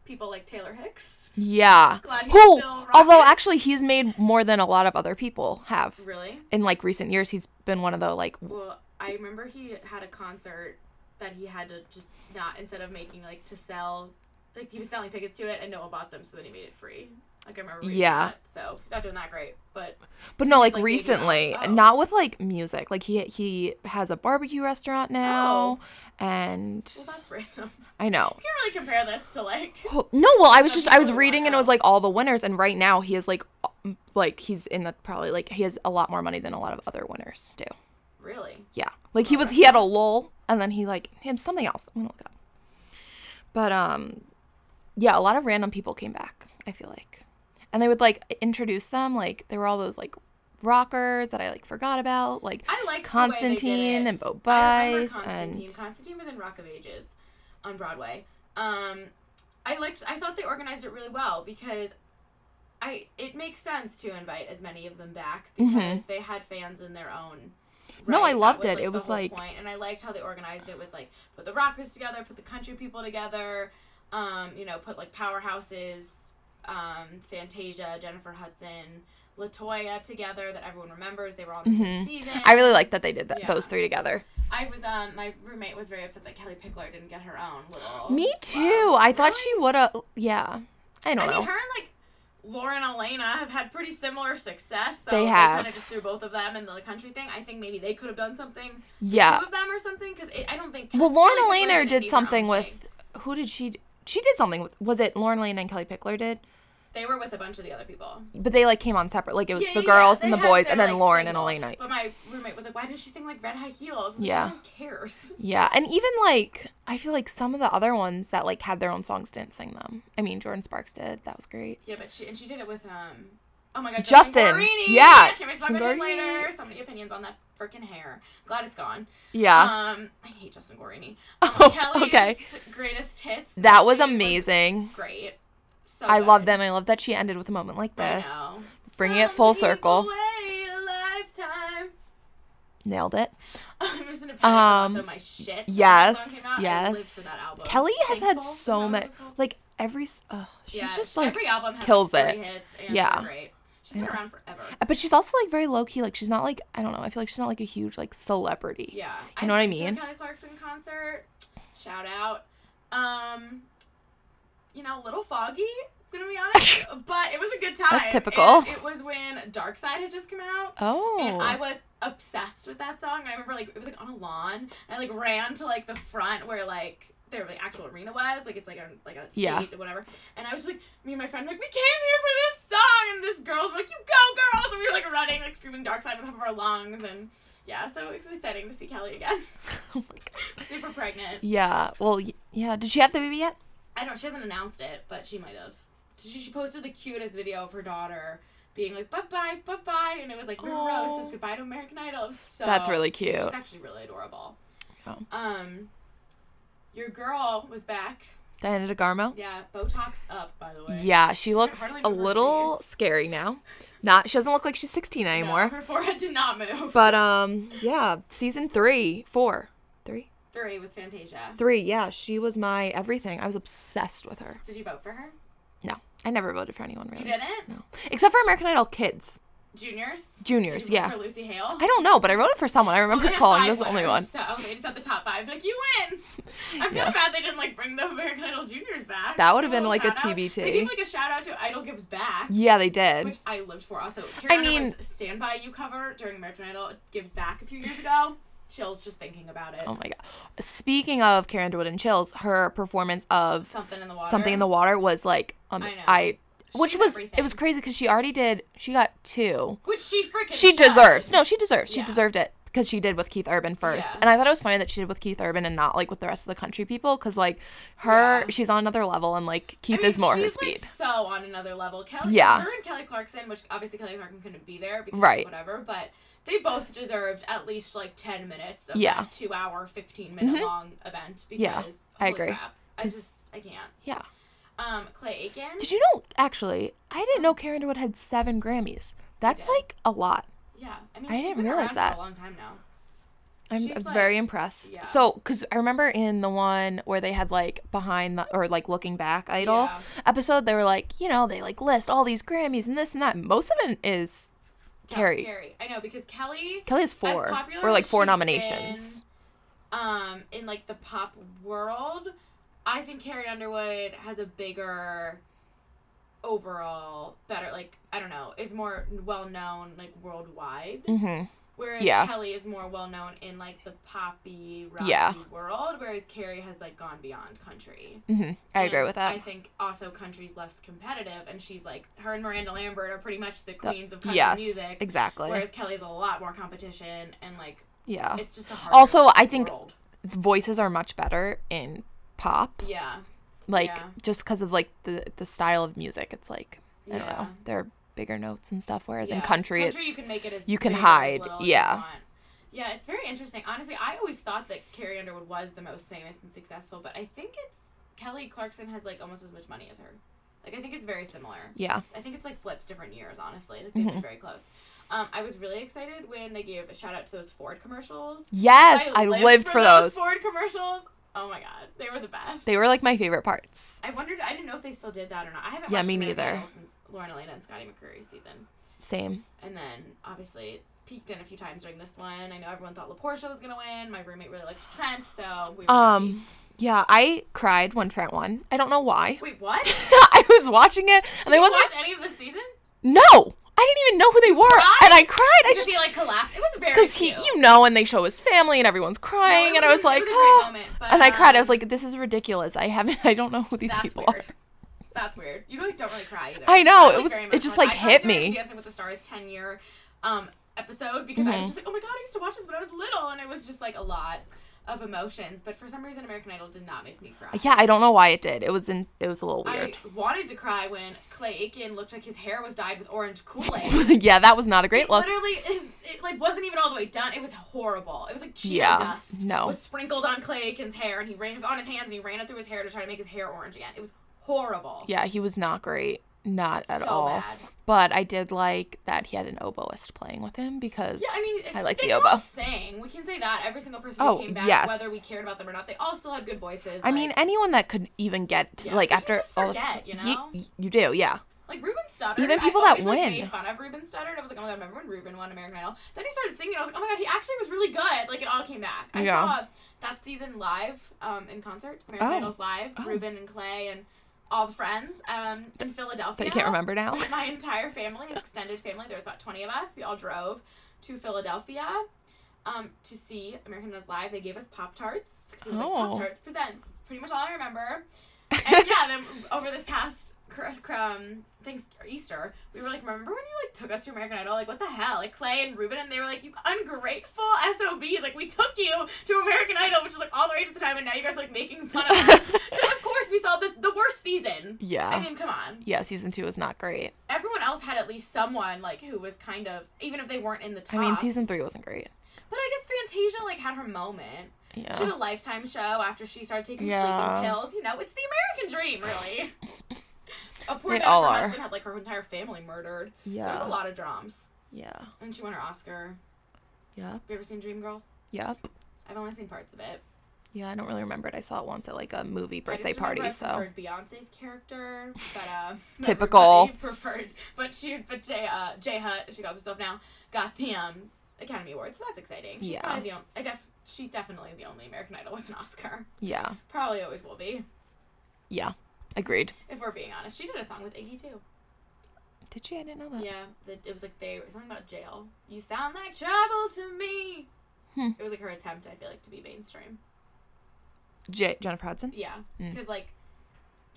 Speaker 2: people like Taylor Hicks.
Speaker 1: Yeah.
Speaker 2: Glad he's
Speaker 1: Who?
Speaker 2: still
Speaker 1: Although
Speaker 2: rocking.
Speaker 1: actually, he's made more than a lot of other people have
Speaker 2: Really?
Speaker 1: in like recent years. He's been one of the like
Speaker 2: Well, I remember he had a concert that he had to just not instead of making like to sell, like he was selling tickets to it, and Noah bought them, so then he made it free. Like I remember. reading
Speaker 1: Yeah.
Speaker 2: that, so he's not doing that great, but
Speaker 1: But no, like,
Speaker 2: Like, maybe not.
Speaker 1: recently,
Speaker 2: Oh.
Speaker 1: not with like music. Like he he has a barbecue restaurant now, and
Speaker 2: Oh. well, that's random.
Speaker 1: I know.
Speaker 2: can't really compare this to like.
Speaker 1: Oh, No, well, I was just I was
Speaker 2: That's
Speaker 1: reading and it
Speaker 2: wild.
Speaker 1: was like all the winners, and right now he is like um, like he's in the probably like he has a lot more money than a lot of other winners do.
Speaker 2: Really?
Speaker 1: Yeah, like he was he had a lull, and then he like had something else. I'm gonna look it up. But um, yeah, a lot of random people came back. I feel like, and they would like introduce them. Like there were all those like rockers that I like forgot about. Like
Speaker 2: I like
Speaker 1: Constantine and Bo Bice
Speaker 2: Constantine.
Speaker 1: and-
Speaker 2: Constantine was in Rock of Ages on Broadway. Um, I liked. I thought they organized it really well because I it makes sense to invite as many of them back because they had fans in their own.
Speaker 1: Mm-hmm. No, I
Speaker 2: right. That
Speaker 1: loved it.
Speaker 2: like,
Speaker 1: It
Speaker 2: the
Speaker 1: was,
Speaker 2: whole
Speaker 1: like-
Speaker 2: point. and I liked how they organized it with like put the rockers together, put the country people together, um, you know, put like powerhouses, um, Fantasia, Jennifer Hudson, Latoya together that everyone remembers. They were all in the
Speaker 1: Mm-hmm.
Speaker 2: same season.
Speaker 1: I really like that they did that,
Speaker 2: Yeah.
Speaker 1: those three together.
Speaker 2: I was um my roommate was very upset that Kelly Pickler didn't get her own little
Speaker 1: Me too. I thought she would have. Yeah, I don't
Speaker 2: I
Speaker 1: know.
Speaker 2: mean her and like Lauren Elena have had pretty similar success. So
Speaker 1: They
Speaker 2: kind
Speaker 1: have.
Speaker 2: of just threw both of them in the country thing. I think maybe they could have done something.
Speaker 1: yeah.
Speaker 2: Two of them or something because I don't think.
Speaker 1: Uh, Well, Lauren
Speaker 2: Kelly Pickler
Speaker 1: Elena did
Speaker 2: didn't need her own
Speaker 1: something
Speaker 2: thing.
Speaker 1: with who did she? d- She did something with. Was it Lauren Elena and Kelly Pickler did?
Speaker 2: They were with a bunch of the other people.
Speaker 1: But they like came on separate. Like it was
Speaker 2: Yeah,
Speaker 1: the
Speaker 2: yeah,
Speaker 1: girls
Speaker 2: yeah.
Speaker 1: and the
Speaker 2: They had
Speaker 1: boys,
Speaker 2: their,
Speaker 1: and then
Speaker 2: like,
Speaker 1: Lauren
Speaker 2: single.
Speaker 1: and Elena.
Speaker 2: But my roommate was like, "Why didn't she sing like Red High Heels?" I was
Speaker 1: Yeah.
Speaker 2: like, Who cares?
Speaker 1: Yeah, and even like I feel like some of the other ones that like had their own songs didn't sing them. I mean, Jordan Sparks did. That was great.
Speaker 2: Yeah, but she and she did it with um. Oh my God,
Speaker 1: Justin.
Speaker 2: Justin Guarini.
Speaker 1: Yeah,
Speaker 2: can't wait to talk
Speaker 1: Justin
Speaker 2: about him
Speaker 1: Guarini.
Speaker 2: later. So many opinions on that freaking hair. Glad it's gone.
Speaker 1: Yeah,
Speaker 2: Um, I hate Justin Guarini. Um,
Speaker 1: Oh,
Speaker 2: Kelly's
Speaker 1: okay.
Speaker 2: Greatest hits.
Speaker 1: that was
Speaker 2: It
Speaker 1: amazing.
Speaker 2: great. So
Speaker 1: I
Speaker 2: good.
Speaker 1: love that. and I love that she ended with a moment like
Speaker 2: I
Speaker 1: this.
Speaker 2: know.
Speaker 1: Bringing
Speaker 2: Some
Speaker 1: it full
Speaker 2: people
Speaker 1: circle.
Speaker 2: wait a lifetime.
Speaker 1: Nailed it.
Speaker 2: I'm just gonna
Speaker 1: Um,
Speaker 2: also my shit. when that song
Speaker 1: Yes,
Speaker 2: came out. I lived for
Speaker 1: yes.
Speaker 2: that album.
Speaker 1: Kelly has had
Speaker 2: Thankful, is that
Speaker 1: so
Speaker 2: what it
Speaker 1: much.
Speaker 2: was called?
Speaker 1: Like every, s- ugh, she's
Speaker 2: Yeah,
Speaker 1: just like
Speaker 2: every album has
Speaker 1: kills
Speaker 2: like,
Speaker 1: it.
Speaker 2: three Hits and
Speaker 1: Yeah.
Speaker 2: yeah, great. She's been
Speaker 1: know.
Speaker 2: around forever.
Speaker 1: But she's also like very low key. Like she's not like I don't know. I feel like she's not like a huge like celebrity.
Speaker 2: Yeah,
Speaker 1: You know what I
Speaker 2: went to a
Speaker 1: mean?
Speaker 2: Kelly Clarkson concert. Shout out. Um, you know, a little foggy. I'm gonna be honest, but it was a good time.
Speaker 1: That's
Speaker 2: and
Speaker 1: typical.
Speaker 2: it was when Dark Side had just come out.
Speaker 1: Oh.
Speaker 2: And I was obsessed with that song. And I remember like it was like on a lawn. And I like ran to like the front where like their like actual arena was. Like it's like a like a state
Speaker 1: Yeah.
Speaker 2: or whatever. And I was just like me and my friend were like we came here for this song. And this girls were like you go girls. And we were like running like screaming Dark Side with half of our lungs. And yeah, so it's exciting to see Kelly again.
Speaker 1: Oh my God.
Speaker 2: Super pregnant.
Speaker 1: Yeah. Well. y- Yeah. Did she have the baby yet?
Speaker 2: I don't. She hasn't announced it, but she might have. She, she posted the cutest video of her daughter being like bye bye bye bye, and it was like River Rose
Speaker 1: Aw.
Speaker 2: says goodbye to American Idol. It was So
Speaker 1: That's really cute.
Speaker 2: She's actually really adorable.
Speaker 1: Oh.
Speaker 2: Um, your girl was back.
Speaker 1: Diana DeGarmo.
Speaker 2: Yeah, Botoxed up, by the way.
Speaker 1: Yeah, she looks
Speaker 2: hardly
Speaker 1: a
Speaker 2: remember her
Speaker 1: little scary now. Not she doesn't look like she's 16
Speaker 2: No,
Speaker 1: anymore.
Speaker 2: her forehead did not move.
Speaker 1: But um yeah, season 3, 4, 3.
Speaker 2: Three with Fantasia.
Speaker 1: 3. Yeah, she was my everything. I was obsessed with her.
Speaker 2: Did you vote for her?
Speaker 1: No, I never voted for anyone really.
Speaker 2: You didn't.
Speaker 1: No. Except for American Idol Kids.
Speaker 2: Juniors.
Speaker 1: Juniors,
Speaker 2: Did you vote
Speaker 1: yeah.
Speaker 2: For Lucy Hale.
Speaker 1: I don't know, but I wrote it for someone. I remember
Speaker 2: They had
Speaker 1: calling.
Speaker 2: five
Speaker 1: It was the only one.
Speaker 2: winners, So they just had the top five. Like you win. I feel
Speaker 1: Yeah.
Speaker 2: bad they didn't like bring the American Idol Juniors back.
Speaker 1: That would've
Speaker 2: Give
Speaker 1: been,
Speaker 2: little
Speaker 1: like, a
Speaker 2: shout-out.
Speaker 1: TBT.
Speaker 2: They gave like a shout out to Idol Gives Back,
Speaker 1: Yeah, they did.
Speaker 2: which I lived for. Also, Karen
Speaker 1: mean-
Speaker 2: Edwards' Stand By You cover during American Idol Gives Back a few years ago. Chills just thinking about it.
Speaker 1: oh my god. Speaking of Karen DeWitt and Chills, her performance of
Speaker 2: Something in the water.
Speaker 1: Something in the Water was like um,
Speaker 2: I know.
Speaker 1: I which
Speaker 2: She's
Speaker 1: was it
Speaker 2: everything.
Speaker 1: was crazy cuz she already did she got 2.
Speaker 2: Which she freaking.
Speaker 1: she
Speaker 2: should.
Speaker 1: deserves. No, she deserves. She
Speaker 2: Yeah.
Speaker 1: deserved it because she did with Keith Urban first.
Speaker 2: Yeah.
Speaker 1: And I thought it was funny that she did with Keith Urban and not like with the rest of the country people because like her,
Speaker 2: Yeah.
Speaker 1: she's on another level and like
Speaker 2: I
Speaker 1: Keith
Speaker 2: mean,
Speaker 1: is more her
Speaker 2: she's,
Speaker 1: speed.
Speaker 2: Like, so on another level. Kelly,
Speaker 1: Yeah.
Speaker 2: Her and Kelly Clarkson, which obviously Kelly Clarkson's couldn't be there because
Speaker 1: Right.
Speaker 2: whatever, but they both deserved at least like ten minutes of
Speaker 1: Yeah. Mm-hmm.
Speaker 2: that two hour, fifteen minute long event. Because
Speaker 1: Yeah, I
Speaker 2: holy
Speaker 1: agree.
Speaker 2: crap, I just I can't.
Speaker 1: yeah.
Speaker 2: Um, Clay Aiken.
Speaker 1: Did you know actually? I didn't know Karen DeWitt had seven Grammys. That's
Speaker 2: did.
Speaker 1: like a lot.
Speaker 2: Yeah, I mean,
Speaker 1: I
Speaker 2: she's
Speaker 1: didn't
Speaker 2: been
Speaker 1: realize
Speaker 2: around
Speaker 1: that.
Speaker 2: for a long time now.
Speaker 1: I'm, I
Speaker 2: She's,
Speaker 1: was
Speaker 2: like-
Speaker 1: very impressed.
Speaker 2: yeah.
Speaker 1: So, because I remember in the one where they had like behind the or like looking back idol
Speaker 2: Yeah.
Speaker 1: episode, they were like, you know, they like list all these Grammys and this and that. Most of it is
Speaker 2: Kel-
Speaker 1: Carrie.
Speaker 2: Carrie, I know because Kelly.
Speaker 1: Kelly has
Speaker 2: As
Speaker 1: four
Speaker 2: popular
Speaker 1: or like
Speaker 2: as
Speaker 1: four
Speaker 2: she's
Speaker 1: nominations.
Speaker 2: um in like the pop world i think carrie underwood has a bigger overall better like i don't know is more well known like worldwide
Speaker 1: Mm-hmm.
Speaker 2: whereas
Speaker 1: yeah.
Speaker 2: kelly is more well known in like the poppy rocky
Speaker 1: Yeah.
Speaker 2: world whereas carrie has like gone beyond country
Speaker 1: Mm-hmm. I agree
Speaker 2: And
Speaker 1: with that.
Speaker 2: i think also country's less competitive and she's like her and miranda lambert are pretty much the queens of country
Speaker 1: yes,
Speaker 2: music
Speaker 1: exactly.
Speaker 2: whereas kelly's a lot more competition and like
Speaker 1: yeah,
Speaker 2: it's just a hard
Speaker 1: Oh. Also, I think-
Speaker 2: world.
Speaker 1: voices are much better in pop,
Speaker 2: yeah
Speaker 1: like
Speaker 2: Yeah.
Speaker 1: just because of like the the style of music. It's like I don't know,
Speaker 2: Yeah.
Speaker 1: there are bigger notes and stuff. Whereas in
Speaker 2: Yeah.
Speaker 1: country,
Speaker 2: you
Speaker 1: it's
Speaker 2: can make it as
Speaker 1: you can
Speaker 2: big or as
Speaker 1: hide,
Speaker 2: little as
Speaker 1: yeah.
Speaker 2: you want. yeah, it's very interesting. Honestly, I always thought that Carrie Underwood was the most famous and successful, but I think it's Kelly Clarkson has like almost as much money as her. Like I think it's very similar.
Speaker 1: yeah,
Speaker 2: I think it's like flips different years. Honestly, like, they've
Speaker 1: Mm-hmm.
Speaker 2: been very close. Um, I was really excited when they gave a shout out to those Ford commercials.
Speaker 1: yes, I, lived, for those.
Speaker 2: Ford commercials. Oh my god, they were the best.
Speaker 1: They were like my favorite parts.
Speaker 2: I wondered. I didn't know if they still did that or not. I haven't.
Speaker 1: Yeah,
Speaker 2: watched
Speaker 1: me
Speaker 2: American
Speaker 1: neither.
Speaker 2: Idol Since Lauren Elena and Scotty McCreery's season.
Speaker 1: Same.
Speaker 2: And then obviously it peeked in a few times during this one. I know everyone thought LaPortia was gonna win. My roommate really liked Trent, so we were happy.
Speaker 1: Um, yeah, I cried when Trent won. I don't know why.
Speaker 2: Wait, what? Did
Speaker 1: I was watching it and I
Speaker 2: you
Speaker 1: wasn't.
Speaker 2: watch any of the season?
Speaker 1: No, I didn't even know who they were,
Speaker 2: cried?
Speaker 1: and I cried. I
Speaker 2: Did
Speaker 1: just
Speaker 2: he like collapse? It was very
Speaker 1: because he,
Speaker 2: cute.
Speaker 1: you know, and they show his family and everyone's
Speaker 2: No,
Speaker 1: crying,
Speaker 2: it
Speaker 1: and I was
Speaker 2: a-
Speaker 1: like,
Speaker 2: it was a great
Speaker 1: "Oh."
Speaker 2: moment, but,
Speaker 1: and I cried. I was
Speaker 2: um,
Speaker 1: like, this is ridiculous. I haven't, I don't know who these
Speaker 2: that's
Speaker 1: people
Speaker 2: weird.
Speaker 1: are.
Speaker 2: that's weird. You like don't really cry either.
Speaker 1: I know,
Speaker 2: Not,
Speaker 1: it was-
Speaker 2: very
Speaker 1: it
Speaker 2: much
Speaker 1: just,
Speaker 2: one.
Speaker 1: like,
Speaker 2: I thought
Speaker 1: hit
Speaker 2: during
Speaker 1: me.
Speaker 2: Dancing with the Stars ten year um episode because
Speaker 1: Mm-hmm.
Speaker 2: I was just like, oh my god, I used to watch this when I was little, and it was just like a lot of emotions. But for some reason, American Idol did not make me cry.
Speaker 1: Yeah, I don't know why it did. It was in. It was a little
Speaker 2: I
Speaker 1: weird.
Speaker 2: wanted to cry when Clay Aiken looked like his hair was dyed with orange Kool Aid.
Speaker 1: yeah, that was not a great look.
Speaker 2: Literally, his, it like wasn't even all the way done. It was horrible. It was like cheetah
Speaker 1: Yeah,
Speaker 2: dust.
Speaker 1: no.
Speaker 2: was sprinkled on Clay Aiken's hair, and he ran it was on his hands, and he ran it through his hair to try to make his hair orange again. It was horrible.
Speaker 1: Yeah, he was not great. Not at
Speaker 2: So
Speaker 1: all.
Speaker 2: bad.
Speaker 1: But I did like that he had an oboist playing with him because
Speaker 2: Yeah, I mean,
Speaker 1: I like
Speaker 2: they
Speaker 1: the
Speaker 2: can all
Speaker 1: oboe.
Speaker 2: Sing. We can say that every single person who
Speaker 1: Oh,
Speaker 2: came back,
Speaker 1: yes.
Speaker 2: whether we cared about them or not, they all still had good voices.
Speaker 1: I mean,
Speaker 2: like-
Speaker 1: anyone that could even get to,
Speaker 2: Yeah,
Speaker 1: like
Speaker 2: you can
Speaker 1: after
Speaker 2: just
Speaker 1: all
Speaker 2: forget, you
Speaker 1: Ye-
Speaker 2: know?
Speaker 1: you do, yeah.
Speaker 2: Like Ruben Studdard.
Speaker 1: Even
Speaker 2: I
Speaker 1: people that
Speaker 2: always, like,
Speaker 1: win.
Speaker 2: made fun of Ruben Studdard. I was like, oh my god, remember when Ruben won American Idol? Then he started singing. I was like, oh my god, he actually was really good. Like it all came back. I
Speaker 1: Yeah.
Speaker 2: saw that season live um, in concert. American
Speaker 1: Oh.
Speaker 2: Idol's live. Ruben and Clay and all the friends um, in Philadelphia.
Speaker 1: But I can't remember now.
Speaker 2: With my entire family, extended family. There was about twenty of us. We all drove to Philadelphia um, to see American Idol's live. They gave us Pop Tarts. It was like
Speaker 1: Oh.
Speaker 2: Pop Tarts presents. It's pretty much all I remember and yeah, then over this past cr- cr- um, thanks or Easter, we were like, remember when you like took us to American Idol? Like, what the hell? Like Clay and Ruben, and they were like, you ungrateful SOBs. Like, we took you to American Idol, which was like all the rage at the time, and now you guys are like making fun of us. 'Cause, of course, we saw this the worst season.
Speaker 1: Yeah.
Speaker 2: I mean, come on.
Speaker 1: yeah, season two was not great.
Speaker 2: Everyone else had at least someone like who was kind of even if they weren't in the
Speaker 1: I
Speaker 2: top.
Speaker 1: mean, season three wasn't great.
Speaker 2: But I guess Fantasia like had her moment. She had
Speaker 1: Yeah.
Speaker 2: a lifetime show after she started taking
Speaker 1: Yeah.
Speaker 2: sleeping pills. You know, it's the American dream, really. a poor
Speaker 1: They
Speaker 2: Jennifer
Speaker 1: all are.
Speaker 2: Hudson had like her entire family murdered. There was
Speaker 1: Yeah.
Speaker 2: a lot of drums.
Speaker 1: Yeah.
Speaker 2: And she won her Oscar.
Speaker 1: Yep.
Speaker 2: Have you ever seen Dreamgirls?
Speaker 1: Yep.
Speaker 2: I've only seen parts of it.
Speaker 1: Yeah, I don't really remember it. I saw it once at like a movie birthday
Speaker 2: I just remember
Speaker 1: party,
Speaker 2: I
Speaker 1: so
Speaker 2: preferred Beyonce's character, but um,
Speaker 1: Typical.
Speaker 2: everybody preferred, but she, but Jay, uh, Jay Hutt, she calls herself now, got the um Academy Award, so that's exciting. She's
Speaker 1: Yeah.
Speaker 2: probably the only, I def, she's definitely the only American Idol with an Oscar.
Speaker 1: yeah.
Speaker 2: Probably always will be.
Speaker 1: Yeah. Agreed.
Speaker 2: If we're being honest, she did a song with Iggy too.
Speaker 1: Did she? I didn't know that.
Speaker 2: Yeah, the, it was like they something about jail. You sound like trouble to me.
Speaker 1: Hmm.
Speaker 2: It was like her attempt, I feel like, to be mainstream.
Speaker 1: J- Jennifer Hudson?
Speaker 2: Yeah,
Speaker 1: Mm.
Speaker 2: because like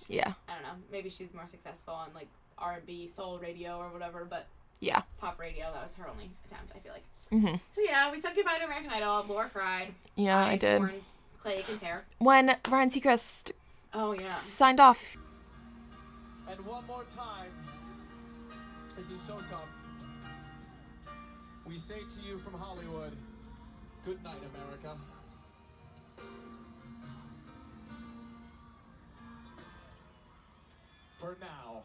Speaker 1: Yeah.
Speaker 2: I don't know, maybe she's more successful on like R and B, soul radio, or whatever. But
Speaker 1: Yeah.
Speaker 2: pop radio, that was her only attempt, I feel like.
Speaker 1: Mhm.
Speaker 2: So yeah, we said goodbye to American Idol. Laura cried.
Speaker 1: Yeah, I did.
Speaker 2: mourned Clay Aiken's hair.
Speaker 1: When Ryan Seacrest
Speaker 2: Oh yeah.
Speaker 1: signed off,
Speaker 3: And one more time. This is so tough. We say to you from Hollywood, good night, America. For now.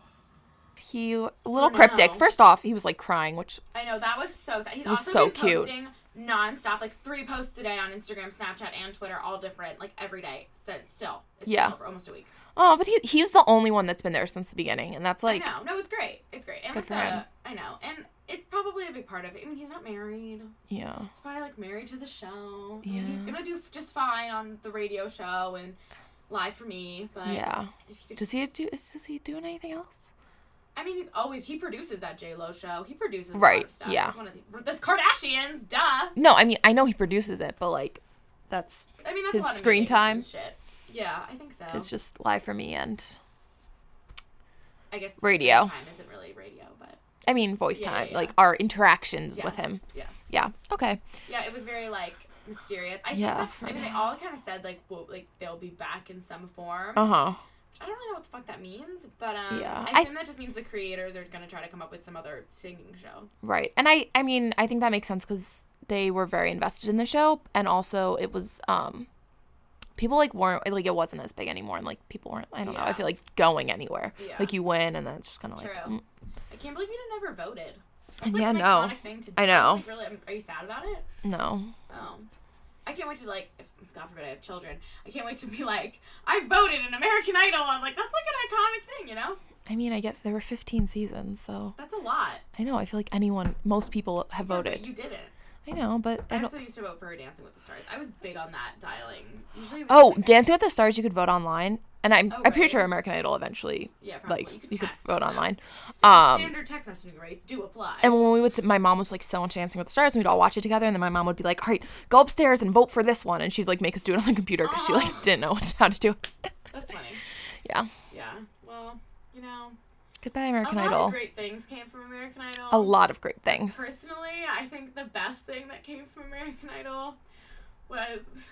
Speaker 1: he a little
Speaker 2: For
Speaker 1: cryptic.
Speaker 2: now.
Speaker 1: First off, he was like crying, which
Speaker 2: I know that was so sad. He's
Speaker 1: was
Speaker 2: also
Speaker 1: so
Speaker 2: been
Speaker 1: cute.
Speaker 2: posting nonstop, like three posts a day on Instagram, Snapchat, and Twitter, all different, like every day. So still, it's
Speaker 1: Yeah.
Speaker 2: been over almost a week.
Speaker 1: oh, but he he's the only one that's been there since the beginning, and that's like
Speaker 2: I know, no, it's great. It's great. And
Speaker 1: Good
Speaker 2: with
Speaker 1: for
Speaker 2: the-
Speaker 1: him.
Speaker 2: I know, and it's probably a big part of it. I mean, he's not married.
Speaker 1: yeah,
Speaker 2: He's probably like married to the show. I mean,
Speaker 1: Yeah.
Speaker 2: he's gonna do f- just fine on the radio show and live for me. But
Speaker 1: yeah.
Speaker 2: if you could,
Speaker 1: Does he do? Is, is he doing anything else?
Speaker 2: I mean, he's always he produces that J Lo show. He produces a lot
Speaker 1: Right,
Speaker 2: of stuff.
Speaker 1: yeah.
Speaker 2: He's one of the, this Kardashians, duh.
Speaker 1: No, I mean I know he produces it, but like that's
Speaker 2: I mean, that's
Speaker 1: His
Speaker 2: a lot of
Speaker 1: screen
Speaker 2: meetings
Speaker 1: time?
Speaker 2: and Shit. Yeah, I think so.
Speaker 1: it's just live for me and
Speaker 2: I guess
Speaker 1: radio.
Speaker 2: Time isn't really radio, but
Speaker 1: I mean voice
Speaker 2: Yeah,
Speaker 1: time,
Speaker 2: yeah, yeah.
Speaker 1: like our interactions
Speaker 2: yes,
Speaker 1: with him.
Speaker 2: Yes.
Speaker 1: Yeah. Okay.
Speaker 2: Yeah, it was very like mysterious. I
Speaker 1: Yeah,
Speaker 2: think that's,
Speaker 1: for
Speaker 2: I mean, they
Speaker 1: now.
Speaker 2: all kind of said like, well, like they'll be back in some form.
Speaker 1: Uh huh.
Speaker 2: I don't really know what the fuck that means, but um,
Speaker 1: Yeah,
Speaker 2: I
Speaker 1: I
Speaker 2: think that just means the creators are gonna try to come up with some other singing show.
Speaker 1: Right. And I I mean, I think that makes sense cuz they were very invested in the show and also it was um people like weren't like it wasn't as big anymore and like people weren't I don't know. I
Speaker 2: Yeah.
Speaker 1: feel like going anywhere.
Speaker 2: Yeah.
Speaker 1: Like you win and then it's just kind of like
Speaker 2: True.
Speaker 1: mm.
Speaker 2: I can't believe you didn't ever voted. That's,
Speaker 1: Yeah,
Speaker 2: an
Speaker 1: no.
Speaker 2: iconic Thing to do.
Speaker 1: I know.
Speaker 2: Like, really, are you sad about it?
Speaker 1: no.
Speaker 2: Oh. I can't wait to like, if, God forbid I have children. I can't wait to be like, I voted in American Idol. I'm like, that's like an iconic thing, you know?
Speaker 1: I mean, I guess there were 15 seasons, so
Speaker 2: That's a lot.
Speaker 1: I know. I feel like anyone most people have
Speaker 2: Yeah, but
Speaker 1: voted.
Speaker 2: you didn't.
Speaker 1: I know, but I
Speaker 2: I
Speaker 1: don't
Speaker 2: also used to vote for Dancing with the Stars. I was big on that dialing. Usually. it was
Speaker 1: Oh,
Speaker 2: like-
Speaker 1: Dancing with the Stars you could vote online. And I'm
Speaker 2: Oh,
Speaker 1: I'm pretty
Speaker 2: right.
Speaker 1: sure American Idol eventually
Speaker 2: yeah, probably.
Speaker 1: like you could,
Speaker 2: text
Speaker 1: vote
Speaker 2: and stuff.
Speaker 1: online.
Speaker 2: St-
Speaker 1: Um
Speaker 2: Standard text messaging rates do apply.
Speaker 1: And when we would, my mom was like so into Dancing with the Stars, and we'd all watch it together. And then my mom would be like, "All right, go upstairs and vote for this one," and she'd like make us do it on the computer because she like
Speaker 2: Oh.
Speaker 1: didn't know how to do it.
Speaker 2: That's funny.
Speaker 1: Yeah,
Speaker 2: Yeah. Well, You know,
Speaker 1: Goodbye, American
Speaker 2: a lot
Speaker 1: Idol.
Speaker 2: of great things came from American Idol.
Speaker 1: a lot of great things.
Speaker 2: Personally, I think the best thing that came from American Idol was,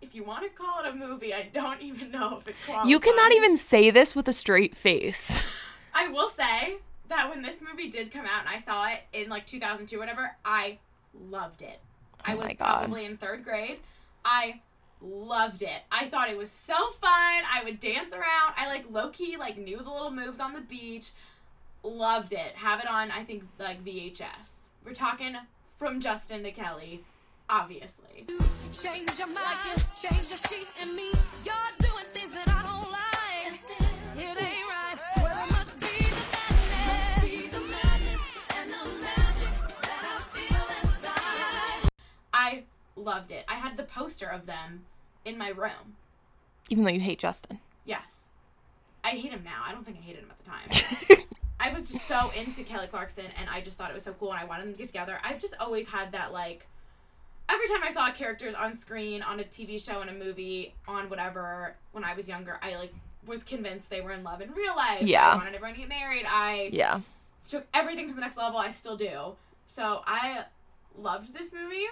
Speaker 2: if you want to call it a movie, I don't even know if it qualifies.
Speaker 1: You cannot even say this with a straight face.
Speaker 2: I will say that when this movie did come out and I saw it in like 2002, whatever, I loved it. I
Speaker 1: Oh
Speaker 2: was
Speaker 1: my God.
Speaker 2: probably in third grade. I loved it. I thought it was so fun. I would dance around. I like low key like knew the little moves on the beach. Loved it. Have it on. I think like VHS. We're talking from Justin to Kelly, obviously.
Speaker 4: Change your mind, change your sheet and me. You're doing things that I don't like. It ain't right. Well, it must be the madness. Must be the madness and the magic that I feel inside.
Speaker 2: I loved it. I had the poster of them in my room.
Speaker 1: even though you hate Justin.
Speaker 2: Yes. I hate him now. I don't think I hated him at the time. I was just so into Kelly Clarkson and I just thought it was so cool and I wanted them to get together. I've just always had that like every time I saw characters on screen, on a TV show, in a movie, on whatever, when I was younger, I like was convinced they were in love in real life.
Speaker 1: Yeah.
Speaker 2: I wanted everyone to get married. I
Speaker 1: yeah.
Speaker 2: took everything to the next level. I still do. So I loved this movie.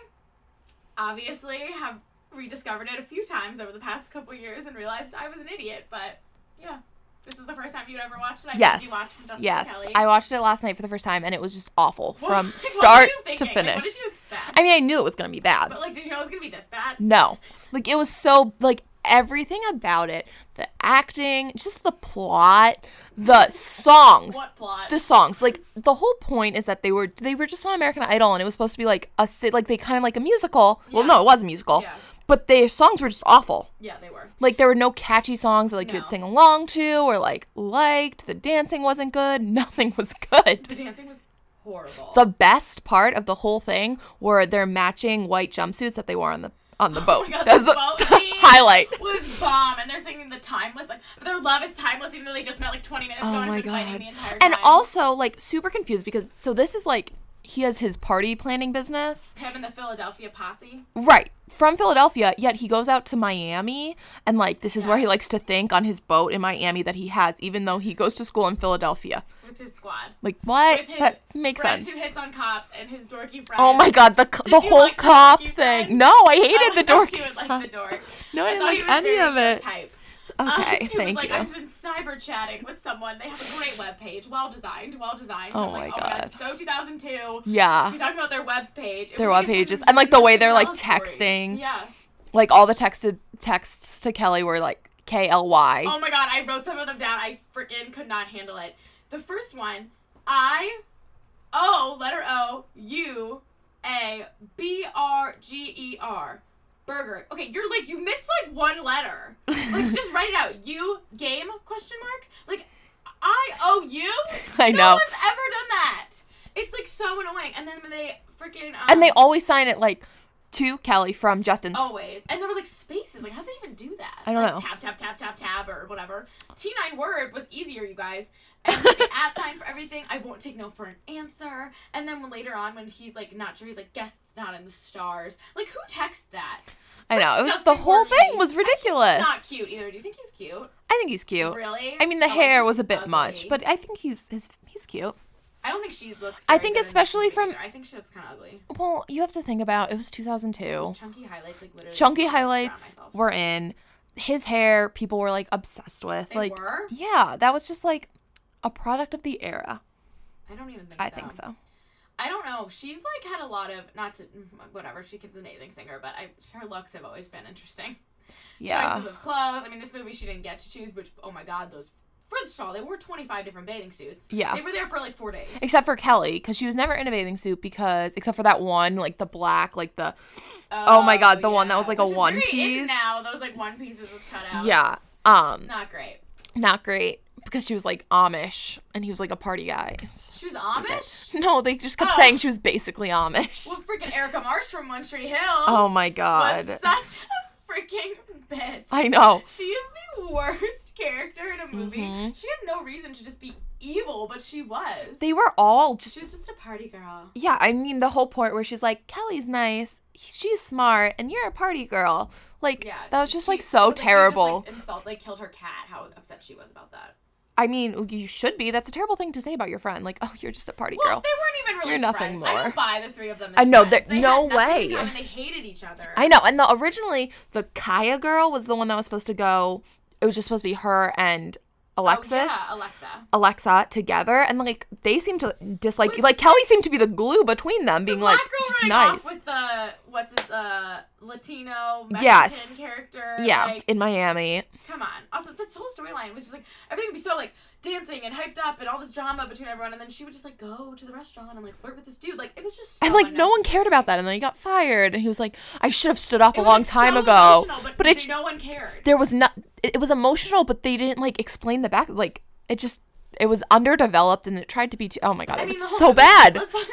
Speaker 2: Obviously, have rediscovered it a few times over the past couple years and realized I was an idiot. But yeah, this was the first time you'd ever watched it. I think you watched
Speaker 1: yes.
Speaker 2: Dustin
Speaker 1: Yes.
Speaker 2: Kelly.
Speaker 1: I watched it last night for the first time and it was just awful
Speaker 2: What-
Speaker 1: from
Speaker 2: like, what were
Speaker 1: start
Speaker 2: you
Speaker 1: to
Speaker 2: thinking? Like,
Speaker 1: finish.
Speaker 2: what did you expect?
Speaker 1: I mean, I knew it was going to be bad.
Speaker 2: but like, did you know it was gonna be this bad?
Speaker 1: No. Like it was so like everything about it, the acting, just the plot, the songs.
Speaker 2: What plot?
Speaker 1: The songs, like the whole point is that they were they were just on American Idol, and it was supposed to be like a sit, like they kind of like a musical. Well,
Speaker 2: Yeah.
Speaker 1: no, it was a musical,
Speaker 2: Yeah.
Speaker 1: but their songs were just awful.
Speaker 2: yeah, they were.
Speaker 1: Like there were no catchy songs that like you
Speaker 2: No.
Speaker 1: could sing along to or like liked. The dancing wasn't good. Nothing was good.
Speaker 2: The dancing was horrible.
Speaker 1: The best part of the whole thing were their matching white jumpsuits that they wore on the on the boat.
Speaker 2: Oh my god,
Speaker 1: That's
Speaker 2: the boat scene
Speaker 1: highlight.
Speaker 2: was bomb, and they're singing the timeless. Like their love is timeless, even though they just met like 20 minutes ago and have been fighting the entire time.
Speaker 1: Oh And also like super confused because so this is like he has his party planning business
Speaker 2: him and the Philadelphia posse.
Speaker 1: right from Philadelphia yet he goes out to Miami and like this is where
Speaker 2: Yeah.
Speaker 1: he likes to think on his boat in Miami that he has even though he goes to school in Philadelphia.
Speaker 2: with his squad.
Speaker 1: Like what?
Speaker 2: With his
Speaker 1: That makes
Speaker 2: friend
Speaker 1: sense.
Speaker 2: who hits on cops and his dorky friend.
Speaker 1: Oh my god, the c-
Speaker 2: Did
Speaker 1: the
Speaker 2: you
Speaker 1: whole
Speaker 2: like the
Speaker 1: cop
Speaker 2: dorky
Speaker 1: thing.
Speaker 2: friend?
Speaker 1: No, I hated the
Speaker 2: thought
Speaker 1: dork.
Speaker 2: she would like the dork.
Speaker 1: No, I didn't
Speaker 2: thought
Speaker 1: like
Speaker 2: he was
Speaker 1: any
Speaker 2: very
Speaker 1: of it.
Speaker 2: Type. Um,
Speaker 1: Okay,
Speaker 2: he was
Speaker 1: thank
Speaker 2: like,
Speaker 1: you.
Speaker 2: I've been cyber chatting with someone. They have a great webpage, well designed, well designed.
Speaker 1: Oh
Speaker 2: I'm like,
Speaker 1: my
Speaker 2: Oh my
Speaker 1: God.
Speaker 2: god, so 2002.
Speaker 1: Yeah.
Speaker 2: She's talking about their webpage. It
Speaker 1: Their
Speaker 2: was like a
Speaker 1: webpages.
Speaker 2: sentence
Speaker 1: And, like, the
Speaker 2: from
Speaker 1: way they're, like,
Speaker 2: Cinderella story.
Speaker 1: texting.
Speaker 2: Yeah.
Speaker 1: Like all the texted texts to Kelly were like K L Y.
Speaker 2: Oh my god, I wrote some of them down. I freaking could not handle it. The first one, I O letter O U A B R G E R. Burger. Okay, you're like you missed like one letter. Like just write it out. You game question mark? Like I O U?
Speaker 1: I
Speaker 2: no
Speaker 1: know.
Speaker 2: one's ever done that. It's like so annoying. And then when they freaking um,
Speaker 1: And they always sign it like to Kelly from Justin.
Speaker 2: Always. And there was like spaces. Like, how'd they even do that?
Speaker 1: I don't
Speaker 2: Like,
Speaker 1: know.
Speaker 2: Tab, tab, tab, tab, tab, or whatever. T9 word was easier, you guys. And the at sign for everything. I won't take no for an answer. And then when later on, when he's like not sure, he's like, guess it's not in the stars. Like, who texts that?
Speaker 1: I know. It was
Speaker 2: Justin
Speaker 1: the whole
Speaker 2: Worthy.
Speaker 1: thing was
Speaker 2: And he's
Speaker 1: ridiculous.
Speaker 2: Not cute either. Do you think he's cute?
Speaker 1: I think he's cute.
Speaker 2: Really?
Speaker 1: I mean, the
Speaker 2: Oh,
Speaker 1: hair
Speaker 2: think
Speaker 1: was a
Speaker 2: he's
Speaker 1: bit much,
Speaker 2: ugly.
Speaker 1: but I think he's his he's cute.
Speaker 2: I don't think she looks.
Speaker 1: I think
Speaker 2: very good in this
Speaker 1: especially
Speaker 2: movie
Speaker 1: from- Oh.
Speaker 2: either. I think she looks kind of ugly.
Speaker 1: Well, you have to think about it was 2002.
Speaker 2: Chunky highlights, like literally.
Speaker 1: Chunky
Speaker 2: I drown
Speaker 1: highlights
Speaker 2: myself.
Speaker 1: were in. His hair, people were like obsessed with.
Speaker 2: They
Speaker 1: like,
Speaker 2: were?
Speaker 1: yeah, that was just like a product of the era.
Speaker 2: I don't even think
Speaker 1: I
Speaker 2: so.
Speaker 1: think so.
Speaker 2: I don't know. She's like had a lot of not to whatever. She's an amazing singer, but I, her looks have always been interesting.
Speaker 1: Yeah.
Speaker 2: Choices of clothes. I mean, this movie she didn't get to choose, which oh my god, those first of all they wore twenty five different bathing suits.
Speaker 1: Yeah.
Speaker 2: they were there for like four days.
Speaker 1: Except for Kelly, because she was never in a bathing suit because except for that one, like the black, like the Oh my God, the one that was, like, a
Speaker 2: Which is
Speaker 1: one
Speaker 2: very in
Speaker 1: piece.
Speaker 2: Now those like one pieces with cutouts.
Speaker 1: Yeah. Um
Speaker 2: not great.
Speaker 1: not great because she was like Amish and he was like a party guy. She
Speaker 2: was Amish?
Speaker 1: No, they just kept
Speaker 2: Oh.
Speaker 1: saying she was basically Amish.
Speaker 2: Well, freaking Erica Marsh from One Tree Hill.
Speaker 1: oh my god.
Speaker 2: was such a freaking bitch.
Speaker 1: I know.
Speaker 2: She is the worst character in a movie. She had no reason to just be evil, but she was.
Speaker 1: Mm-hmm. They were all just
Speaker 2: she was just a party girl.
Speaker 1: Yeah, I mean the whole point where she's like Kelly's nice, she's smart, and you're a party girl. Like
Speaker 2: Yeah.
Speaker 1: that was just
Speaker 2: she-
Speaker 1: like so
Speaker 2: but, they just,
Speaker 1: terrible.
Speaker 2: like, insult, like killed her cat. How upset she was about that.
Speaker 1: I mean, you should be. That's a terrible thing to say about your friend. Like, oh, you're just a party
Speaker 2: Well,
Speaker 1: girl.
Speaker 2: they weren't even really
Speaker 1: You're nothing
Speaker 2: friends. I
Speaker 1: more.
Speaker 2: don't buy the three of them. As
Speaker 1: I know,
Speaker 2: friends.
Speaker 1: there-
Speaker 2: They
Speaker 1: no
Speaker 2: had nothing in
Speaker 1: way.
Speaker 2: common. They hated each other.
Speaker 1: I know. And the originally the Kaya girl was the one that was supposed to go. It was just supposed to be her and
Speaker 2: Oh,
Speaker 1: Alexis.
Speaker 2: yeah, Alexa.
Speaker 1: Alexa together, and like they seem to dislike
Speaker 2: Which-
Speaker 1: you. Like Kelly seemed to be the glue between them, being like
Speaker 2: Black girl
Speaker 1: just
Speaker 2: running
Speaker 1: nice.
Speaker 2: off with the what's it, the Latino Mexican
Speaker 1: Yes.
Speaker 2: character.
Speaker 1: yeah,
Speaker 2: like,
Speaker 1: in Miami.
Speaker 2: come on. Also, this whole storyline was just like everything would be so like dancing and hyped up and all this drama between everyone, and then she would just like go to the restaurant and like flirt with this dude. Like it was just so
Speaker 1: And like no one cared about that, and then he got fired, and he was like, "I should have stood up a long time ago."
Speaker 2: But,
Speaker 1: But it,
Speaker 2: no one cared.
Speaker 1: there was not. It, it was emotional, but they didn't like explain the back. Like it just, it was underdeveloped, and it tried to be too. Oh my god, it
Speaker 2: the
Speaker 1: was
Speaker 2: whole
Speaker 1: so
Speaker 2: movie-
Speaker 1: bad.
Speaker 2: Let's talk about